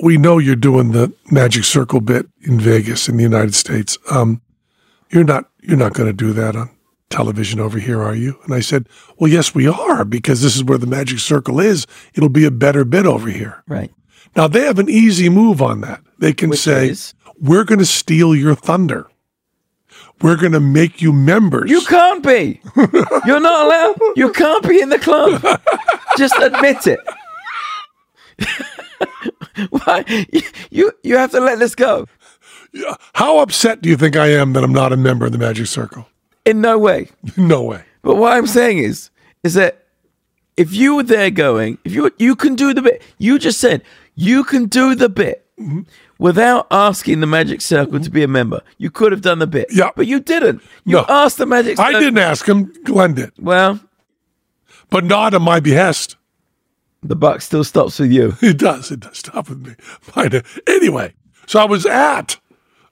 Speaker 2: We know you're doing the Magic Circle bit in Vegas in the United States. Um, you're not you're not going to do that on television over here, are you? And I said, Well, yes, we are, because this is where the Magic Circle is. It'll be a better bit over here.
Speaker 3: right
Speaker 2: Now they have an easy move on that. They can
Speaker 3: Which
Speaker 2: say,
Speaker 3: is?
Speaker 2: "We're going to steal your thunder. We're going to make you members."
Speaker 3: you can't be you're not allowed you can't be in the club just admit it Why? You you have to let this go.
Speaker 2: How upset do you think I am that I'm not a member of the Magic Circle?
Speaker 3: In no way.
Speaker 2: no way.
Speaker 3: But what I'm saying is, is that if you were there going, if you you can do the bit, you just said you can do the bit
Speaker 2: Mm-hmm.
Speaker 3: without asking the Magic Circle to be a member. You could have done the bit,
Speaker 2: Yeah.
Speaker 3: but you didn't. You
Speaker 2: No.
Speaker 3: asked the Magic.
Speaker 2: I
Speaker 3: Circle-
Speaker 2: didn't ask him. Glenn did,
Speaker 3: Well,
Speaker 2: but not on my behest.
Speaker 3: the buck still stops with you.
Speaker 2: It does. It does stop with me. Mine did. Anyway, so I was at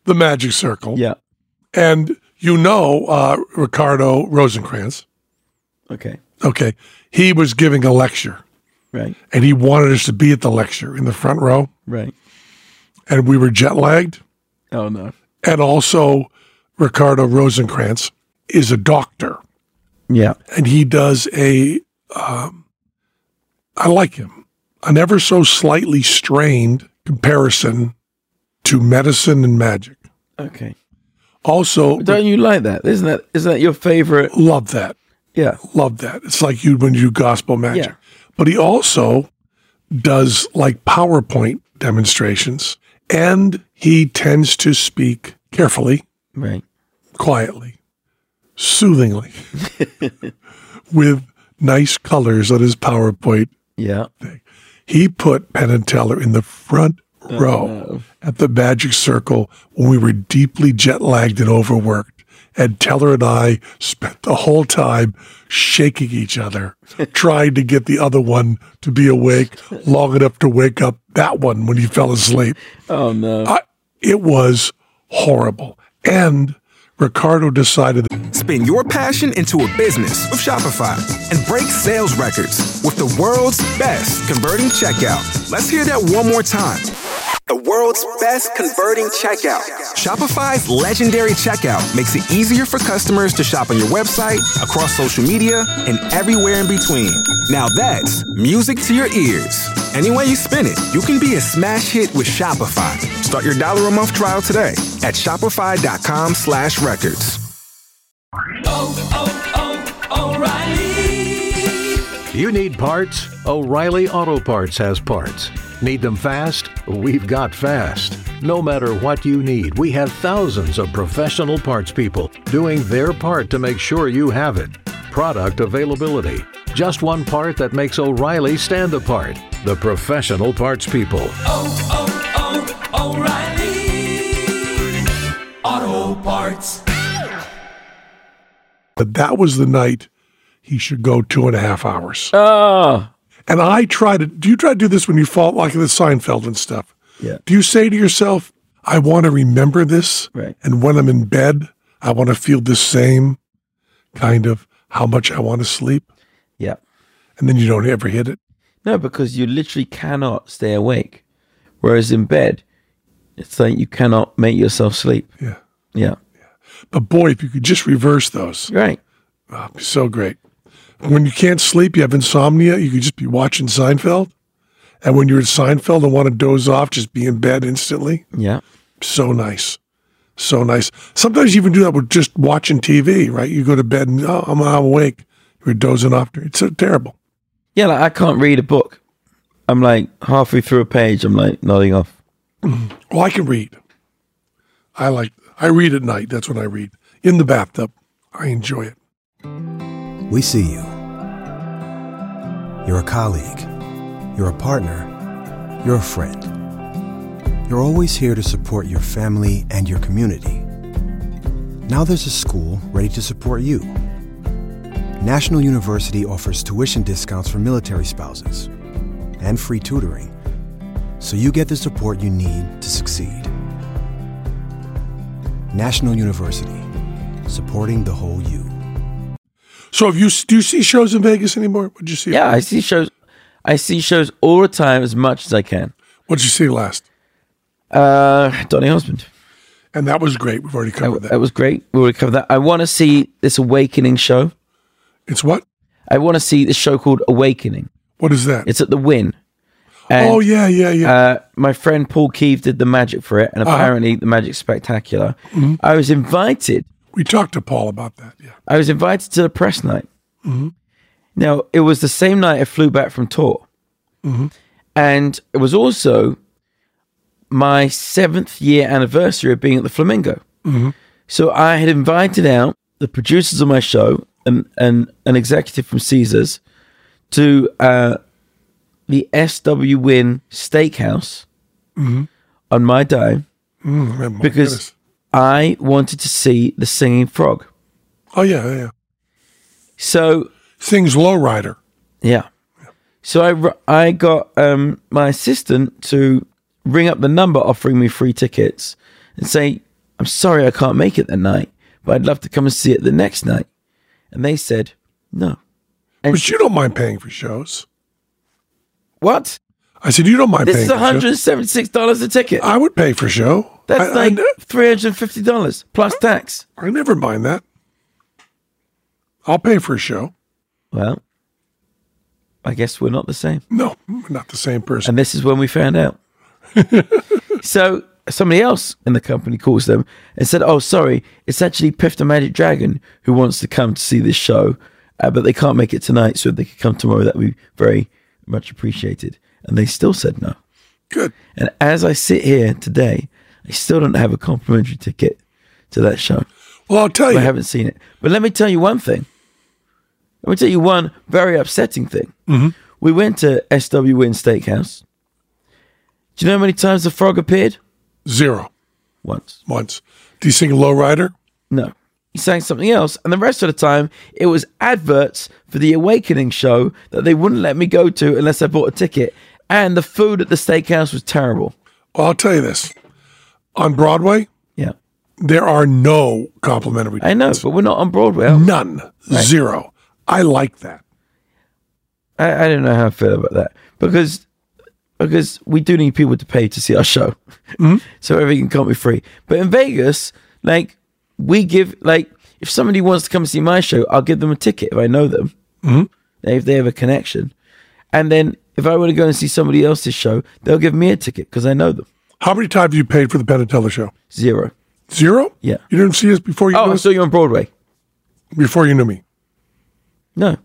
Speaker 2: the Magic Circle,
Speaker 3: Yeah.
Speaker 2: and you know uh, Ricardo Rosencrantz.
Speaker 3: Okay.
Speaker 2: Okay, he was giving a lecture,
Speaker 3: Right.
Speaker 2: and he wanted us to be at the lecture in the front row.
Speaker 3: Right.
Speaker 2: and we were jet lagged.
Speaker 3: Oh no.
Speaker 2: And also, Ricardo Rosencrantz is a doctor,
Speaker 3: Yeah.
Speaker 2: and he does a. Um, I like him. An ever so slightly strained comparison to medicine and magic.
Speaker 3: Okay.
Speaker 2: Also,
Speaker 3: Don't you like that? Isn't that isn't that your favorite?
Speaker 2: love that.
Speaker 3: Yeah.
Speaker 2: Love that. It's like you when you do gospel magic.
Speaker 3: Yeah.
Speaker 2: But he also does like PowerPoint demonstrations, and he tends to speak carefully
Speaker 3: Right.
Speaker 2: quietly, soothingly, with nice colors on his PowerPoint.
Speaker 3: Yeah.
Speaker 2: He put Penn and Teller in the front row at the Magic Circle when we were deeply jet lagged and overworked. And Teller and I spent the whole time shaking each other, trying to get the other one to be awake long enough to wake up that one when he fell asleep.
Speaker 3: Oh no.
Speaker 2: I, it was horrible. And Ricardo decided
Speaker 8: Spin your passion into a business with Shopify and break sales records with the world's best converting checkout. Let's hear that one more time. The world's best converting checkout. Shopify's legendary checkout makes it easier for customers to shop on your website, across social media, and everywhere in between. Now that's music to your ears. Any way you spin it, you can be a smash hit with Shopify. Start your dollar a month trial today at shopify.com slash records.
Speaker 7: Oh, oh, O'Reilly.
Speaker 6: You need parts? O'Reilly Auto Parts has parts. Need them fast? We've got fast. No matter what you need, we have thousands of professional parts people doing their part to make sure you have it. Product availability. Just one part that makes O'Reilly stand apart. The professional parts people.
Speaker 7: Oh, oh, O'Reilly. Auto Parts.
Speaker 2: that that was the night he should go two and a half hours. Ah!
Speaker 3: Oh.
Speaker 2: And I try to do you try to do this when you fall like in the Seinfeld and stuff?
Speaker 3: Yeah.
Speaker 2: Do you say to yourself, I want to remember this.
Speaker 3: Right.
Speaker 2: And when I'm in bed, I want to feel the same kind of how much I want to sleep.
Speaker 3: Yeah.
Speaker 2: And then you don't ever hit it.
Speaker 3: No, because you literally cannot stay awake. Whereas in bed, it's like you cannot make yourself sleep.
Speaker 2: Yeah.
Speaker 3: Yeah.
Speaker 2: But boy, if you could just reverse those,
Speaker 3: Right.
Speaker 2: that'd be so great. When you can't sleep, you have insomnia, you could just be watching Seinfeld. And when you're in Seinfeld and want to doze off, just be in bed instantly.
Speaker 3: Yeah.
Speaker 2: So nice. So nice. Sometimes you even do that with just watching TV, right? You go to bed and, oh, I'm, I'm awake. You're dozing off. It's so terrible.
Speaker 3: Yeah, like I can't read a book. I'm like halfway through a page, I'm like nodding off.
Speaker 2: Well, Oh, I can read. I like, I read at night. That's when I read. In the bathtub. I enjoy it.
Speaker 1: We see you. You're a colleague. You're a partner. You're a friend. You're always here to support your family and your community. Now there's a school ready to support you. National University offers tuition discounts for military spouses and free tutoring, so you get the support you need to succeed. National University, supporting the whole you.
Speaker 2: So have you, do you see shows in Vegas anymore? What'd you see?
Speaker 3: Yeah, I see shows. I see shows all the time as much as I can.
Speaker 2: What'd you see last?
Speaker 3: Uh, Donny Husband.
Speaker 2: And that was great. We've already
Speaker 3: That,
Speaker 2: covered that.
Speaker 3: that was great. We'll recover that. I want to see this Awakening show.
Speaker 2: it's what?
Speaker 3: I want to see this show called Awakening.
Speaker 2: What is that?
Speaker 3: It's at the Win. And,
Speaker 2: oh, yeah, yeah, yeah.
Speaker 3: Uh, my friend Paul Keeve did the magic for it, and apparently the magic's spectacular. I was invited.
Speaker 2: we talked to Paul about that. Yeah.
Speaker 3: I was invited to the press night. Now it was the same night I flew back from tour, and it was also my seventh year anniversary of being at the Flamingo. So I had invited out the producers of my show and, and an executive from Caesars to uh, the SW Win Steakhouse on my day
Speaker 2: Mm, man, my
Speaker 3: because
Speaker 2: goodness.
Speaker 3: I wanted to see the singing frog.
Speaker 2: Oh, yeah, yeah, yeah.
Speaker 3: So
Speaker 2: Sings Lowrider.
Speaker 3: Yeah. So I, r- I got um, my assistant to ring up the number offering me free tickets and say, I'm sorry I can't make it that night, but I'd love to come and see it the next night. And they said, no. And
Speaker 2: But you don't mind paying for shows.
Speaker 3: what?
Speaker 2: I said, you don't mind
Speaker 3: This
Speaker 2: paying
Speaker 3: is
Speaker 2: for shows.
Speaker 3: $176 a ticket.
Speaker 2: I would pay for show.
Speaker 3: That's
Speaker 2: I, I
Speaker 3: like
Speaker 2: ne-
Speaker 3: $350 plus tax.
Speaker 2: I never mind that. I'll pay for a show.
Speaker 3: Well, I guess we're not the same.
Speaker 2: No, we're not the same person.
Speaker 3: And this is when we found out. so somebody else in the company calls them and said, "Oh, sorry, it's actually Piff the Magic Dragon who wants to come to see this show, uh, but they can't make it tonight. So if they could come tomorrow, that'd be very much appreciated." And they still said no.
Speaker 2: Good.
Speaker 3: And as I sit here today, I still don't have a complimentary ticket to that show.
Speaker 2: Well, I'll tell
Speaker 3: I
Speaker 2: you.
Speaker 3: haven't seen it. But let me tell you one thing. Let me tell you one very upsetting thing. We went to SW Wynn Steakhouse. Do you know how many times the frog appeared?
Speaker 2: Zero.
Speaker 3: Once.
Speaker 2: Once. Do you sing Lowrider?
Speaker 3: No. He sang something else. And the rest of the time, it was adverts for the Awakening show that they wouldn't let me go to unless I bought a ticket. And the food at the steakhouse was terrible.
Speaker 2: Well, I'll tell you this. On Broadway,
Speaker 3: Yeah.
Speaker 2: there are no complimentary
Speaker 3: I know,
Speaker 2: tickets.
Speaker 3: but we're not on Broadway. I,
Speaker 2: None. Zero. I like that.
Speaker 3: I don't know how I feel about that because because we do need people to pay to see our show, so everything can't be free. But in Vegas, like we give like if somebody wants to come see my show, I'll give them a ticket if I know them, if they have a connection, and then if I were to go and see somebody else's show, they'll give me a ticket because I know them.
Speaker 2: How many times have you paid for the Penn and Teller show?
Speaker 3: Zero.
Speaker 2: Zero?
Speaker 3: Yeah.
Speaker 2: You didn't see us before you
Speaker 3: Oh,
Speaker 2: knew
Speaker 3: I
Speaker 2: us?
Speaker 3: saw you on Broadway.
Speaker 2: before you knew me.
Speaker 3: No.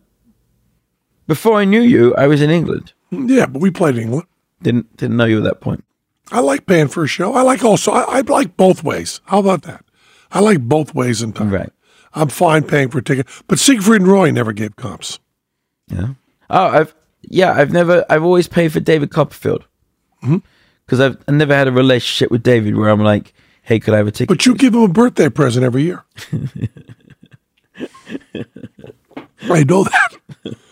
Speaker 3: Before I knew you, I was in England.
Speaker 2: Yeah, but we played England.
Speaker 3: Didn't didn't know you at that point.
Speaker 2: I like paying for a show. I like also I, I like both ways. How about that? I like both ways in time.
Speaker 3: Right.
Speaker 2: I'm fine paying for a ticket. But Siegfried and Roy never gave comps.
Speaker 3: Yeah. Oh, I've yeah, I've never, I've always paid for David Copperfield
Speaker 2: Mm-hmm.
Speaker 3: because I've I never had a relationship with David where I'm like, hey, could I have a ticket?
Speaker 2: But you give him a birthday present every year. I know that.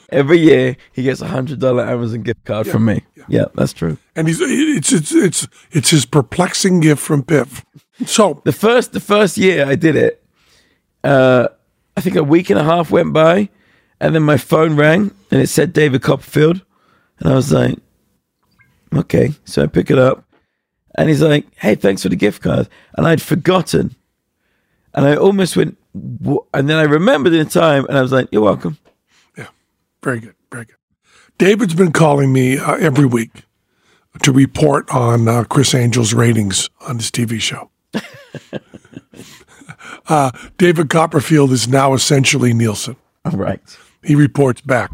Speaker 3: Every year he gets a hundred dollar Amazon gift card from me.
Speaker 2: Yeah.
Speaker 3: Yeah, that's true.
Speaker 2: and he's it's it's it's it's his perplexing gift from Piff. So
Speaker 3: The first the first year I did it, uh, I think a week and a half went by, and then my phone rang and it said David Copperfield, and I was like, okay. So I pick it up, and he's like, hey, thanks for the gift card, and I'd forgotten, and I almost went, "Wha-" and then I remembered in time, and I was like, you're welcome.
Speaker 2: Very good. Very good. David's been calling me uh, every week to report on uh, Chris Angel's ratings on his TV show. uh, David Copperfield is now essentially Nielsen.
Speaker 3: All right,
Speaker 2: He reports back.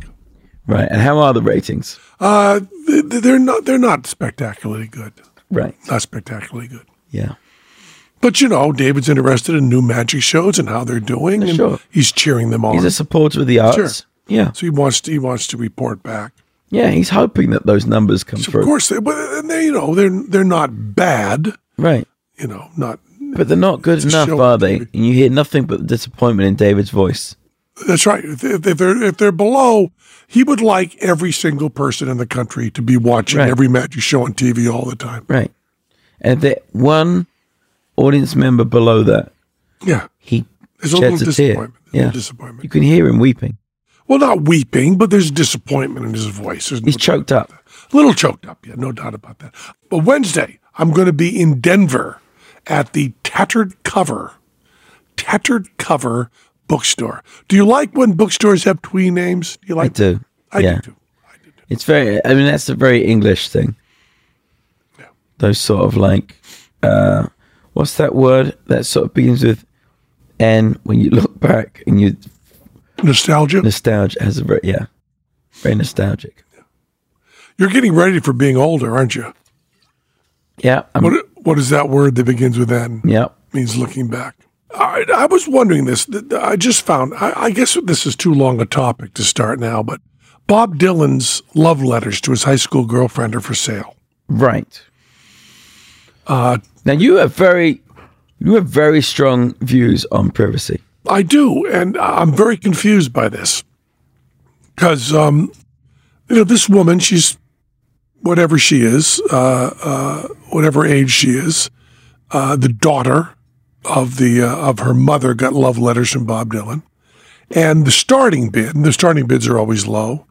Speaker 3: right. And how are the ratings?
Speaker 2: Uh, th- th- they're not. They're not spectacularly good.
Speaker 3: Right.
Speaker 2: Not spectacularly good.
Speaker 3: Yeah.
Speaker 2: But you know, David's interested in new magic shows and how they're doing, and
Speaker 3: Sure.
Speaker 2: he's cheering them on.
Speaker 3: He's a supporter of the arts.
Speaker 2: Sure.
Speaker 3: Yeah.
Speaker 2: so he wants. To, he wants to report back.
Speaker 3: Yeah, he's hoping that those numbers come
Speaker 2: Of
Speaker 3: through.
Speaker 2: course, they, but and they, you know, they're they're not bad.
Speaker 3: Right.
Speaker 2: You know, not
Speaker 3: But they're not good
Speaker 2: a
Speaker 3: enough,
Speaker 2: show
Speaker 3: are
Speaker 2: for
Speaker 3: they?
Speaker 2: TV.
Speaker 3: And you hear nothing but disappointment in David's voice.
Speaker 2: That's right. If, if if they're if they're below, he would like every single person in the country to be watching
Speaker 3: Right.
Speaker 2: every magic show on TV all the time.
Speaker 3: Right. And if they're one audience member below that,
Speaker 2: Yeah,
Speaker 3: he
Speaker 2: there's a little
Speaker 3: sheds a, tear.
Speaker 2: disappointment. A
Speaker 3: Yeah.
Speaker 2: little disappointment.
Speaker 3: You can hear him weeping.
Speaker 2: Well, not weeping, but there's disappointment in his voice. There's
Speaker 3: He's
Speaker 2: no-
Speaker 3: choked up.
Speaker 2: a little choked up. Yeah, no doubt about that. But Wednesday, I'm going to be in Denver at the Tattered Cover, Tattered Cover bookstore. Do you like when bookstores have tween names? Do you
Speaker 3: I
Speaker 2: like?
Speaker 3: do.
Speaker 2: I
Speaker 3: yeah.
Speaker 2: do too.
Speaker 3: It's very, I mean, that's a very English thing. Those sort of like, uh, what's that word that sort of begins with N when you look back and you
Speaker 2: Nostalgia.
Speaker 3: nostalgia has a very, yeah, very nostalgic.
Speaker 2: You're getting ready for being older, aren't you?
Speaker 3: Yeah. I'm,
Speaker 2: What what is that word that begins with N?
Speaker 3: yeah.
Speaker 2: Means looking back. I, I was wondering this. Th- th- I just found. I, I guess this is too long a topic to start now, but Bob Dylan's love letters to his high school girlfriend are for sale.
Speaker 3: Right.
Speaker 2: Uh,
Speaker 3: Now you have very, you have very strong views on privacy.
Speaker 2: I do, and I'm very confused by this because um, you know this woman, she's whatever she is, uh, uh, whatever age she is, uh, the daughter of the uh, of her mother got love letters from Bob Dylan, and the starting bid, and the starting bids are always low,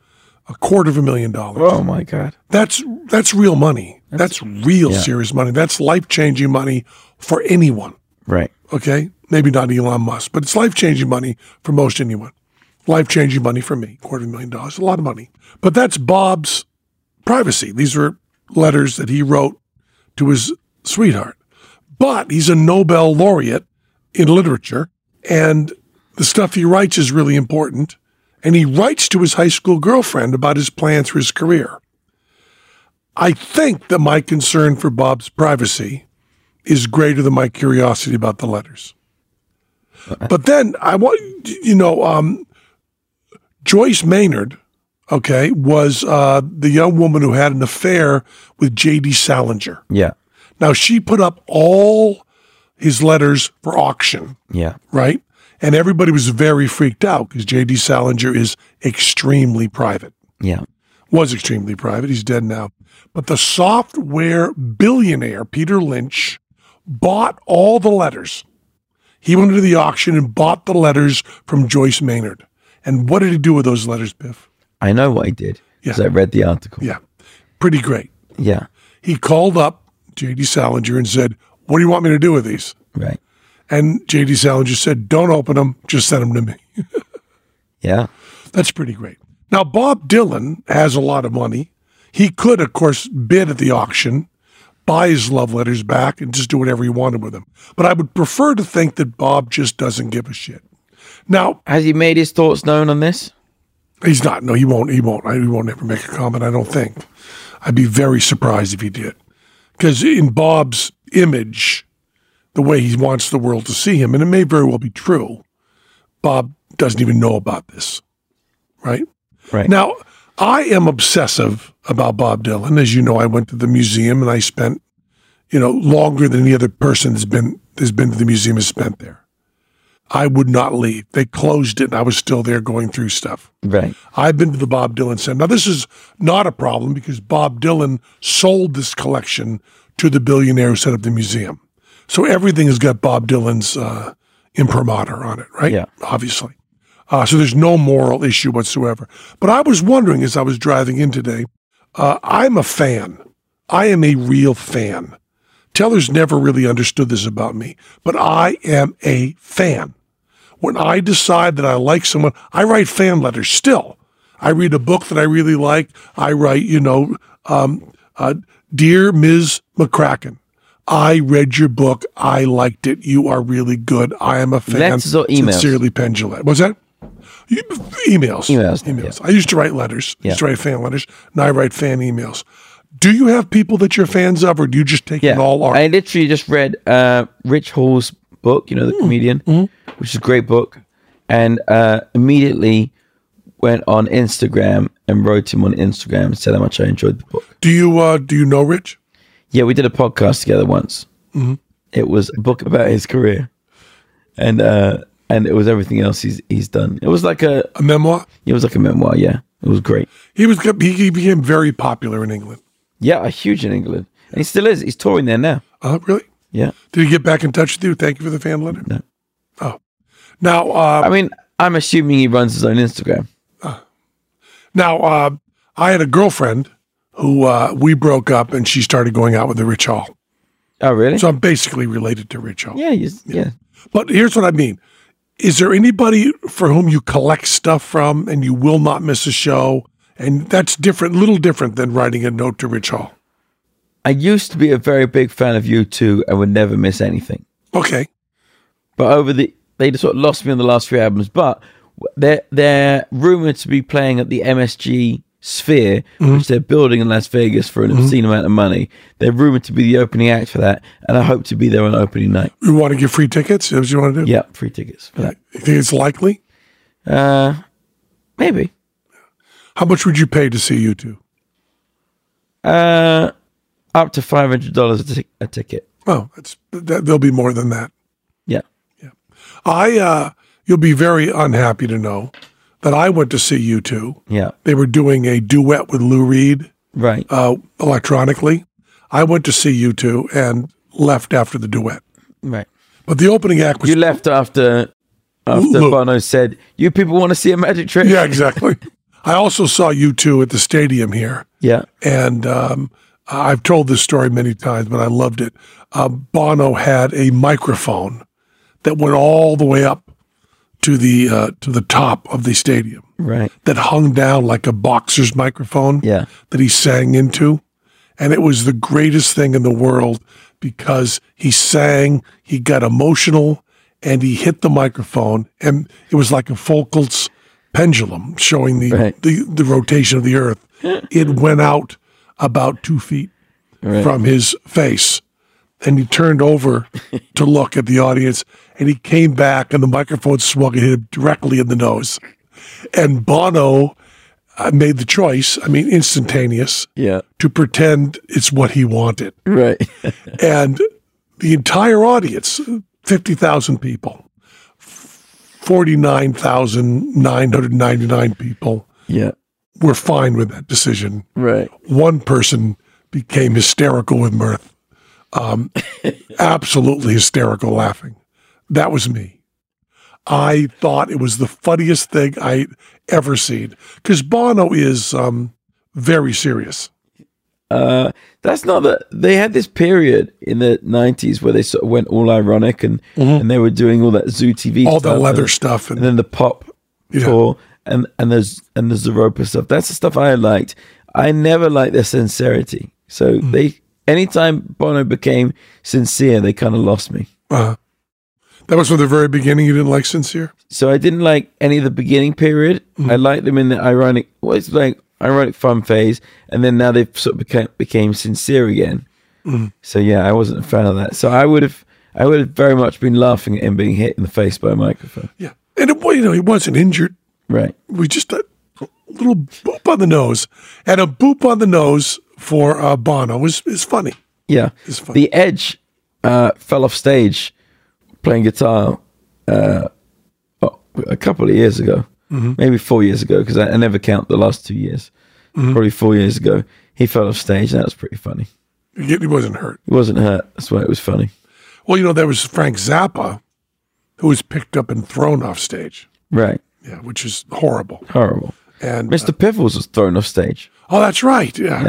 Speaker 2: a quarter of a million dollars.
Speaker 3: Oh my god!
Speaker 2: That's that's real money. That's, real serious money. That's life changing money for anyone
Speaker 3: Right.
Speaker 2: okay? Maybe not Elon Musk, but it's life changing money for most anyone. Life changing money for me, quarter of a million dollars, a lot of money. But that's Bob's privacy. These are letters that he wrote to his sweetheart. But he's a Nobel laureate in literature, and the stuff he writes is really important. And he writes to his high school girlfriend about his plans for his career. I think that my concern for Bob's privacy is greater than my curiosity about the letters. But then I want you know um, Joyce Maynard, okay, was uh, the young woman who had an affair with J.D. Salinger.
Speaker 3: Yeah.
Speaker 2: Now she put up all his letters for auction,
Speaker 3: Yeah.
Speaker 2: right? And everybody was very freaked out because J.D. Salinger is extremely private
Speaker 3: Yeah.
Speaker 2: was extremely private. He's dead now. But the software billionaire, Peter Lynch, bought all the letters. He went into the auction and bought the letters from Joyce Maynard. And what did he do with those letters, Biff?
Speaker 3: I know what he did because
Speaker 2: Yeah.
Speaker 3: I read the article.
Speaker 2: Yeah, pretty great.
Speaker 3: Yeah.
Speaker 2: He called up J.D. Salinger and said, What do you want me to do with these?
Speaker 3: Right.
Speaker 2: And J.D. Salinger said, Don't open them, just send them to me.
Speaker 3: Yeah.
Speaker 2: That's pretty great. Now, Bob Dylan has a lot of money. He could, of course, bid at the auction, buy his love letters back, and just do whatever he wanted with them. But I would prefer to think that Bob just doesn't give a shit. Now,
Speaker 3: Has he made his thoughts known on this?
Speaker 2: he's not. No, he won't. He won't. I- He won't ever make a comment, I don't think. I'd be very surprised if he did. Because in Bob's image, the way he wants the world to see him, and it may very well be true, Bob doesn't even know about this, right?
Speaker 3: Right.
Speaker 2: Now, I am obsessive about Bob Dylan. As you know, I went to the museum and I spent, you know, longer than any other person that's been that's been to the museum has spent there. I would not leave. They closed it and I was still there going through stuff.
Speaker 3: Right.
Speaker 2: I've been to the Bob Dylan Center. Now, this is not a problem because Bob Dylan sold this collection to the billionaire who set up the museum. So everything has got Bob Dylan's uh, imprimatur on it, right?
Speaker 3: Yeah.
Speaker 2: Obviously. Uh, so there's no moral issue whatsoever. But I was wondering as I was driving in today, uh, I'm a fan. I am a real fan. Teller's never really understood this about me, but I am a fan when I decide that I like someone, I write fan letters still. I read a book that I really like. I write, you know, um, uh, Dear Ms. McCracken, I read your book. I liked it. You are really good. I am a fan.
Speaker 3: Letters or emails?
Speaker 2: Sincerely, Pendulette. Was that? You- Emails.
Speaker 3: Emails,
Speaker 2: Emails. I used to write letters. I used to write fan letters. Now I write fan emails. Do you have people that you're fans of, or do you just take
Speaker 3: Yeah.
Speaker 2: it all art?
Speaker 3: I literally just read uh, Rich Hall's book, you know, the comedian, which is a great book, and uh, immediately went on Instagram and wrote him on Instagram and said how much I enjoyed the book.
Speaker 2: do you uh, do you know Rich?
Speaker 3: Yeah, we did a podcast together once. It was a book about his career, and uh, and it was everything else he's he's done. It was like a
Speaker 2: A memoir?
Speaker 3: it was like a memoir. Yeah, it was great.
Speaker 2: He was he he became very popular in England.
Speaker 3: Yeah, huge in England, and he still is. He's touring there now.
Speaker 2: Uh, really?
Speaker 3: Yeah,
Speaker 2: Did he get back in touch with you? Thank you for the fan letter. No. Oh. Now, uh,
Speaker 3: I mean, I'm assuming he runs his own Instagram.
Speaker 2: now uh, I had a girlfriend who uh, we broke up, and she started going out with the Rich Hall.
Speaker 3: Oh, really?
Speaker 2: So I'm basically related to Rich Hall.
Speaker 3: yeah, he's, yeah.
Speaker 2: But here's what I mean: Is there anybody for whom you collect stuff from, and you will not miss a show? And that's different, little different than writing a note to Rich Hall.
Speaker 3: I used to be a very big fan of U2 and would never miss anything.
Speaker 2: Okay.
Speaker 3: But over the, they just sort of lost me on the last few albums. But they're, they're rumored to be playing at the MSG Sphere,
Speaker 2: Mm-hmm.
Speaker 3: which they're building in Las Vegas for an obscene amount of money. They're rumored to be the opening act for that. And I hope to be there on opening night.
Speaker 2: You want to give free tickets? Is that what you want to do?
Speaker 3: Yeah, free tickets for that.
Speaker 2: You think it's likely?
Speaker 3: Uh, maybe.
Speaker 2: How much would you pay to see you two?
Speaker 3: Uh, up to $500 a, tic- a ticket.
Speaker 2: Oh, that's that, there'll be more than that.
Speaker 3: Yeah.
Speaker 2: I uh, you'll be very unhappy to know that I went to see you two.
Speaker 3: Yeah.
Speaker 2: They were doing a duet with Lou Reed
Speaker 3: Right.
Speaker 2: uh, electronically. I went to see you two and left after the duet.
Speaker 3: right.
Speaker 2: But the opening act was
Speaker 3: You left after after
Speaker 2: Uh, Look.
Speaker 3: Bono said, "You people want to see a magic trick?"
Speaker 2: yeah exactly. I also saw you two at the stadium here.
Speaker 3: yeah,
Speaker 2: and um, I've told this story many times, but I loved it. Uh, Bono had a microphone that went all the way up to the uh, to the top of the stadium
Speaker 3: right.
Speaker 2: that hung down like a boxer's microphone
Speaker 3: Yeah.
Speaker 2: that he sang into. And it was the greatest thing in the world because he sang, he got emotional, and he hit the microphone. And it was like a Foucault's pendulum showing the,
Speaker 3: Right.
Speaker 2: the, the rotation of the earth. it went out about two feet
Speaker 3: Right.
Speaker 2: from his face. And he turned over to look at the audience and he came back and the microphone swung and hit him directly in the nose. And Bono uh, made the choice, I mean, instantaneous,
Speaker 3: Yeah,
Speaker 2: to pretend it's what he wanted.
Speaker 3: right.
Speaker 2: And the entire audience, 50,000 people, 49,999 people,
Speaker 3: yeah,
Speaker 2: were fine with that decision
Speaker 3: right.
Speaker 2: one person became hysterical with mirth, um, absolutely hysterical laughing. That was me. I thought it was the funniest thing I ever seen because Bono is um, very serious.
Speaker 3: Uh, that's not the. They had this period in the '90s where they sort of went all ironic and and they were doing all that Zoo TV,
Speaker 2: Mm-hmm. All
Speaker 3: stuff
Speaker 2: the leather
Speaker 3: and,
Speaker 2: stuff
Speaker 3: and
Speaker 2: and
Speaker 3: then the pop
Speaker 2: Yeah.
Speaker 3: tour and and there's and the Zeropa stuff. That's the stuff I liked. I never liked their sincerity. So
Speaker 2: Mm.
Speaker 3: they, anytime Bono became sincere, they kind of lost me.
Speaker 2: uh, that was from the very beginning. You didn't like sincere.
Speaker 3: So I didn't like any of the beginning period. I liked them in the ironic, well, it's like ironic fun phase, and then now they've sort of became became sincere again. So yeah, I wasn't a fan of that. So I would have, I would have very much been laughing at him being hit in the face by a microphone.
Speaker 2: Yeah, and it, well, you know he wasn't injured.
Speaker 3: Right.
Speaker 2: we just uh, a little boop on the nose, and a boop on the nose for uh, Bono is is funny.
Speaker 3: Yeah.
Speaker 2: It's funny.
Speaker 3: The Edge uh, fell off stage playing guitar uh, a couple of years ago, maybe four years ago, because I, I never count the last two years. Probably four years ago, he fell off stage. And that was pretty funny.
Speaker 2: He wasn't hurt.
Speaker 3: He wasn't hurt. That's why it was funny.
Speaker 2: Well, you know, there was Frank Zappa who was picked up and thrown off stage,
Speaker 3: Right.
Speaker 2: yeah, which is horrible.
Speaker 3: Horrible.
Speaker 2: And
Speaker 3: Mr. Pivels was thrown off stage.
Speaker 2: oh, that's right. Yeah.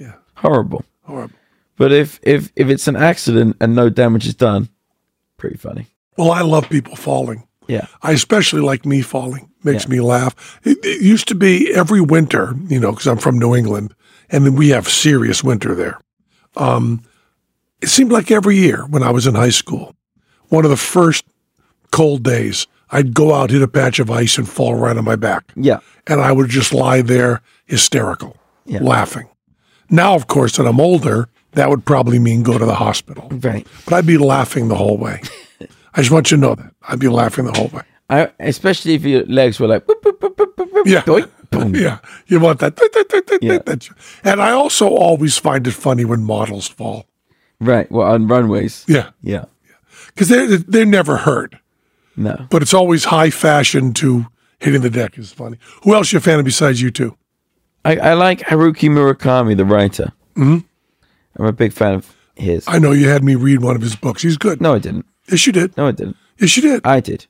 Speaker 3: Yeah. Horrible.
Speaker 2: Horrible.
Speaker 3: But if if if it's an accident and no damage is done, pretty funny.
Speaker 2: Well, I love people falling.
Speaker 3: Yeah.
Speaker 2: I especially like me falling. Makes
Speaker 3: Yeah.
Speaker 2: me laugh. It, it used to be every winter, you know, because I'm from New England, and then we have serious winter there. Um, it seemed like every year when I was in high school, one of the first cold days, I'd go out, hit a patch of ice, and fall right on my back.
Speaker 3: Yeah.
Speaker 2: and I would just lie there hysterical,
Speaker 3: Yeah.
Speaker 2: laughing. Now, of course, that I'm older, that would probably mean go to the hospital,
Speaker 3: Right.
Speaker 2: but I'd be laughing the whole way. I just want you to know that I'd be laughing the whole way.
Speaker 3: I, especially if your legs were like boop, boop, boop, boop, boop, boop,
Speaker 2: Yeah,
Speaker 3: doink, boom.
Speaker 2: yeah, you want that. that- that- that- that-
Speaker 3: Yeah.
Speaker 2: that. And I also always find it funny when models fall.
Speaker 3: Right. Well, on runways.
Speaker 2: Yeah,
Speaker 3: Yeah.
Speaker 2: because they they're never hurt,
Speaker 3: No.
Speaker 2: but it's always high fashion to hitting the deck is funny. Who else you a fan of besides you two?
Speaker 3: I, I like Haruki Murakami, the writer. Mm-hmm. I'm a big fan of his.
Speaker 2: I know you had me read one of his books. He's good.
Speaker 3: no, I didn't.
Speaker 2: Yes, you did.
Speaker 3: No, I didn't.
Speaker 2: Yes, you did.
Speaker 3: I did.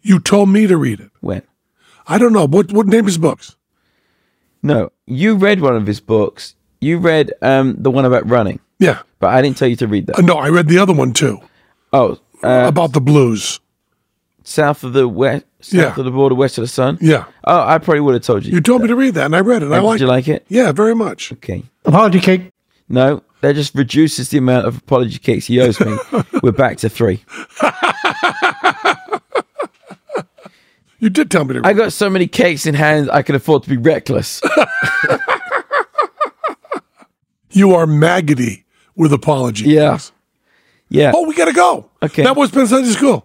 Speaker 2: You told me to read it.
Speaker 3: When?
Speaker 2: I don't know. What what name is books?
Speaker 3: No, you read one of his books. You read um, the one about running,
Speaker 2: Yeah.
Speaker 3: but I didn't tell you to read
Speaker 2: Uh,
Speaker 3: that.
Speaker 2: no, I read the other one too
Speaker 3: Oh, uh,
Speaker 2: about the blues.
Speaker 3: south of the west, south
Speaker 2: Yeah.
Speaker 3: of the border, west of the sun.
Speaker 2: Yeah.
Speaker 3: Oh, I probably would have told you.
Speaker 2: You told me to read that and I read it. And I
Speaker 3: Did
Speaker 2: liked
Speaker 3: you like it?
Speaker 2: Yeah, very much.
Speaker 3: Okay.
Speaker 4: Apology cake.
Speaker 3: No, that just reduces the amount of apology kicks he owes me. We're back to three.
Speaker 2: You did tell me to read
Speaker 3: I got so many cakes in hand, I can afford to be reckless.
Speaker 2: You are maggoty with apology.
Speaker 3: Yeah. Yeah.
Speaker 2: Oh, we gotta go.
Speaker 3: Okay.
Speaker 2: That was Penn Sunday School.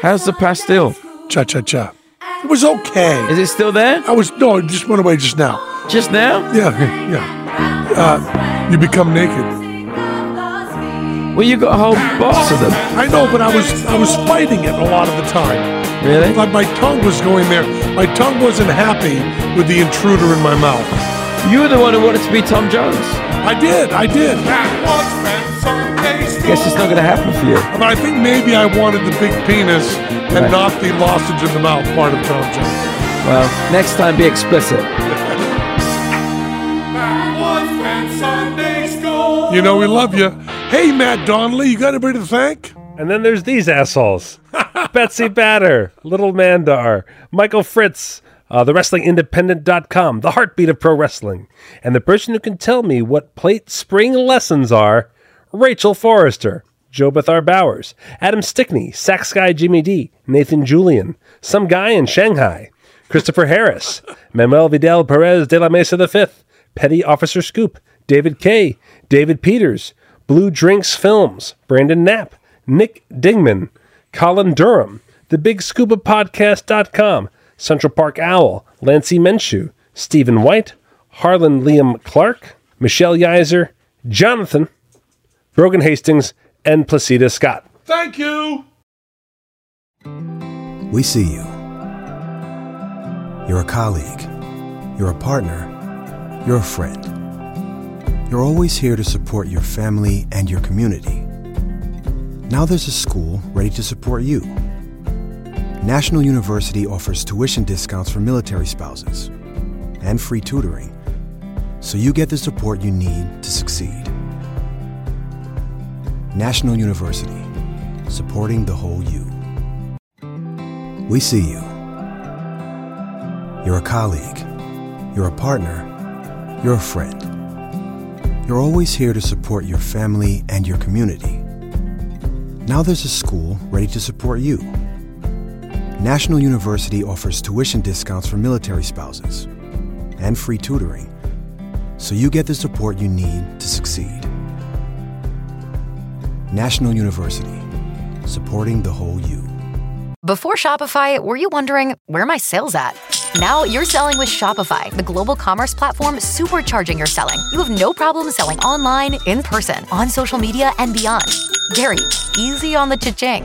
Speaker 3: How's the pastel?
Speaker 2: Cha cha cha. It was okay.
Speaker 3: Is it still there?
Speaker 2: I was no, it just went away just now.
Speaker 3: Just now?
Speaker 2: Yeah, yeah. Uh, you become naked.
Speaker 3: Well, you got a whole box of them.
Speaker 2: I know, but I was I was fighting it a lot of the time.
Speaker 3: Really?
Speaker 2: Like my tongue was going there. My tongue wasn't happy with the intruder in my mouth.
Speaker 3: You were the one who wanted to be Tom Jones.
Speaker 2: I did, I did.
Speaker 3: Guess it's not going to happen for you.
Speaker 2: But I think maybe I wanted the big penis and
Speaker 3: Right.
Speaker 2: not the lozenge in the mouth part of Tom Jones.
Speaker 3: Well, next time be explicit.
Speaker 2: You know, we love you. Hey, Matt Donnelly, you got anybody to thank?
Speaker 9: And then there's these assholes Betsy Batter, Little Mandar, Michael Fritz, uh, TheWrestlingIndependent.com, The Heartbeat of Pro Wrestling, and the person who can tell me what plate spring lessons are Rachel Forrester, Jobathar Bowers, Adam Stickney, Sax Guy Jimmy D, Nathan Julian, Some Guy in Shanghai, Christopher Harris, Manuel Vidal Perez de la Mesa V, Petty Officer Scoop, David K, David Peters, Blue Drinks Films, Brandon Knapp, Nick Dingman, Colin Durham, The Big Scuba Podcast.com, Central Park Owl, Lancy Menshew, Stephen White, Harlan Liam Clark, Michelle Yizer, Jonathan, Brogan Hastings, and Placida Scott.
Speaker 2: Thank you.
Speaker 1: We see you. You're a colleague. You're a partner. You're a friend. You're always here to support your family and your community. Now there's a school ready to support you. National University offers tuition discounts for military spouses and free tutoring, so you get the support you need to succeed. National University, supporting the whole you. We see you. You're a colleague. You're a partner. You're a friend. You're always here to support your family and your community. Now there's a school ready to support you. National University offers tuition discounts for military spouses and free tutoring, so you get the support you need to succeed. National University, supporting the whole you.
Speaker 10: Before Shopify, were you wondering where are my sales at? Now you're selling with Shopify, the global commerce platform supercharging your selling. You have no problem selling online, in person, on social media, and beyond. Gary, easy on the cha-ching.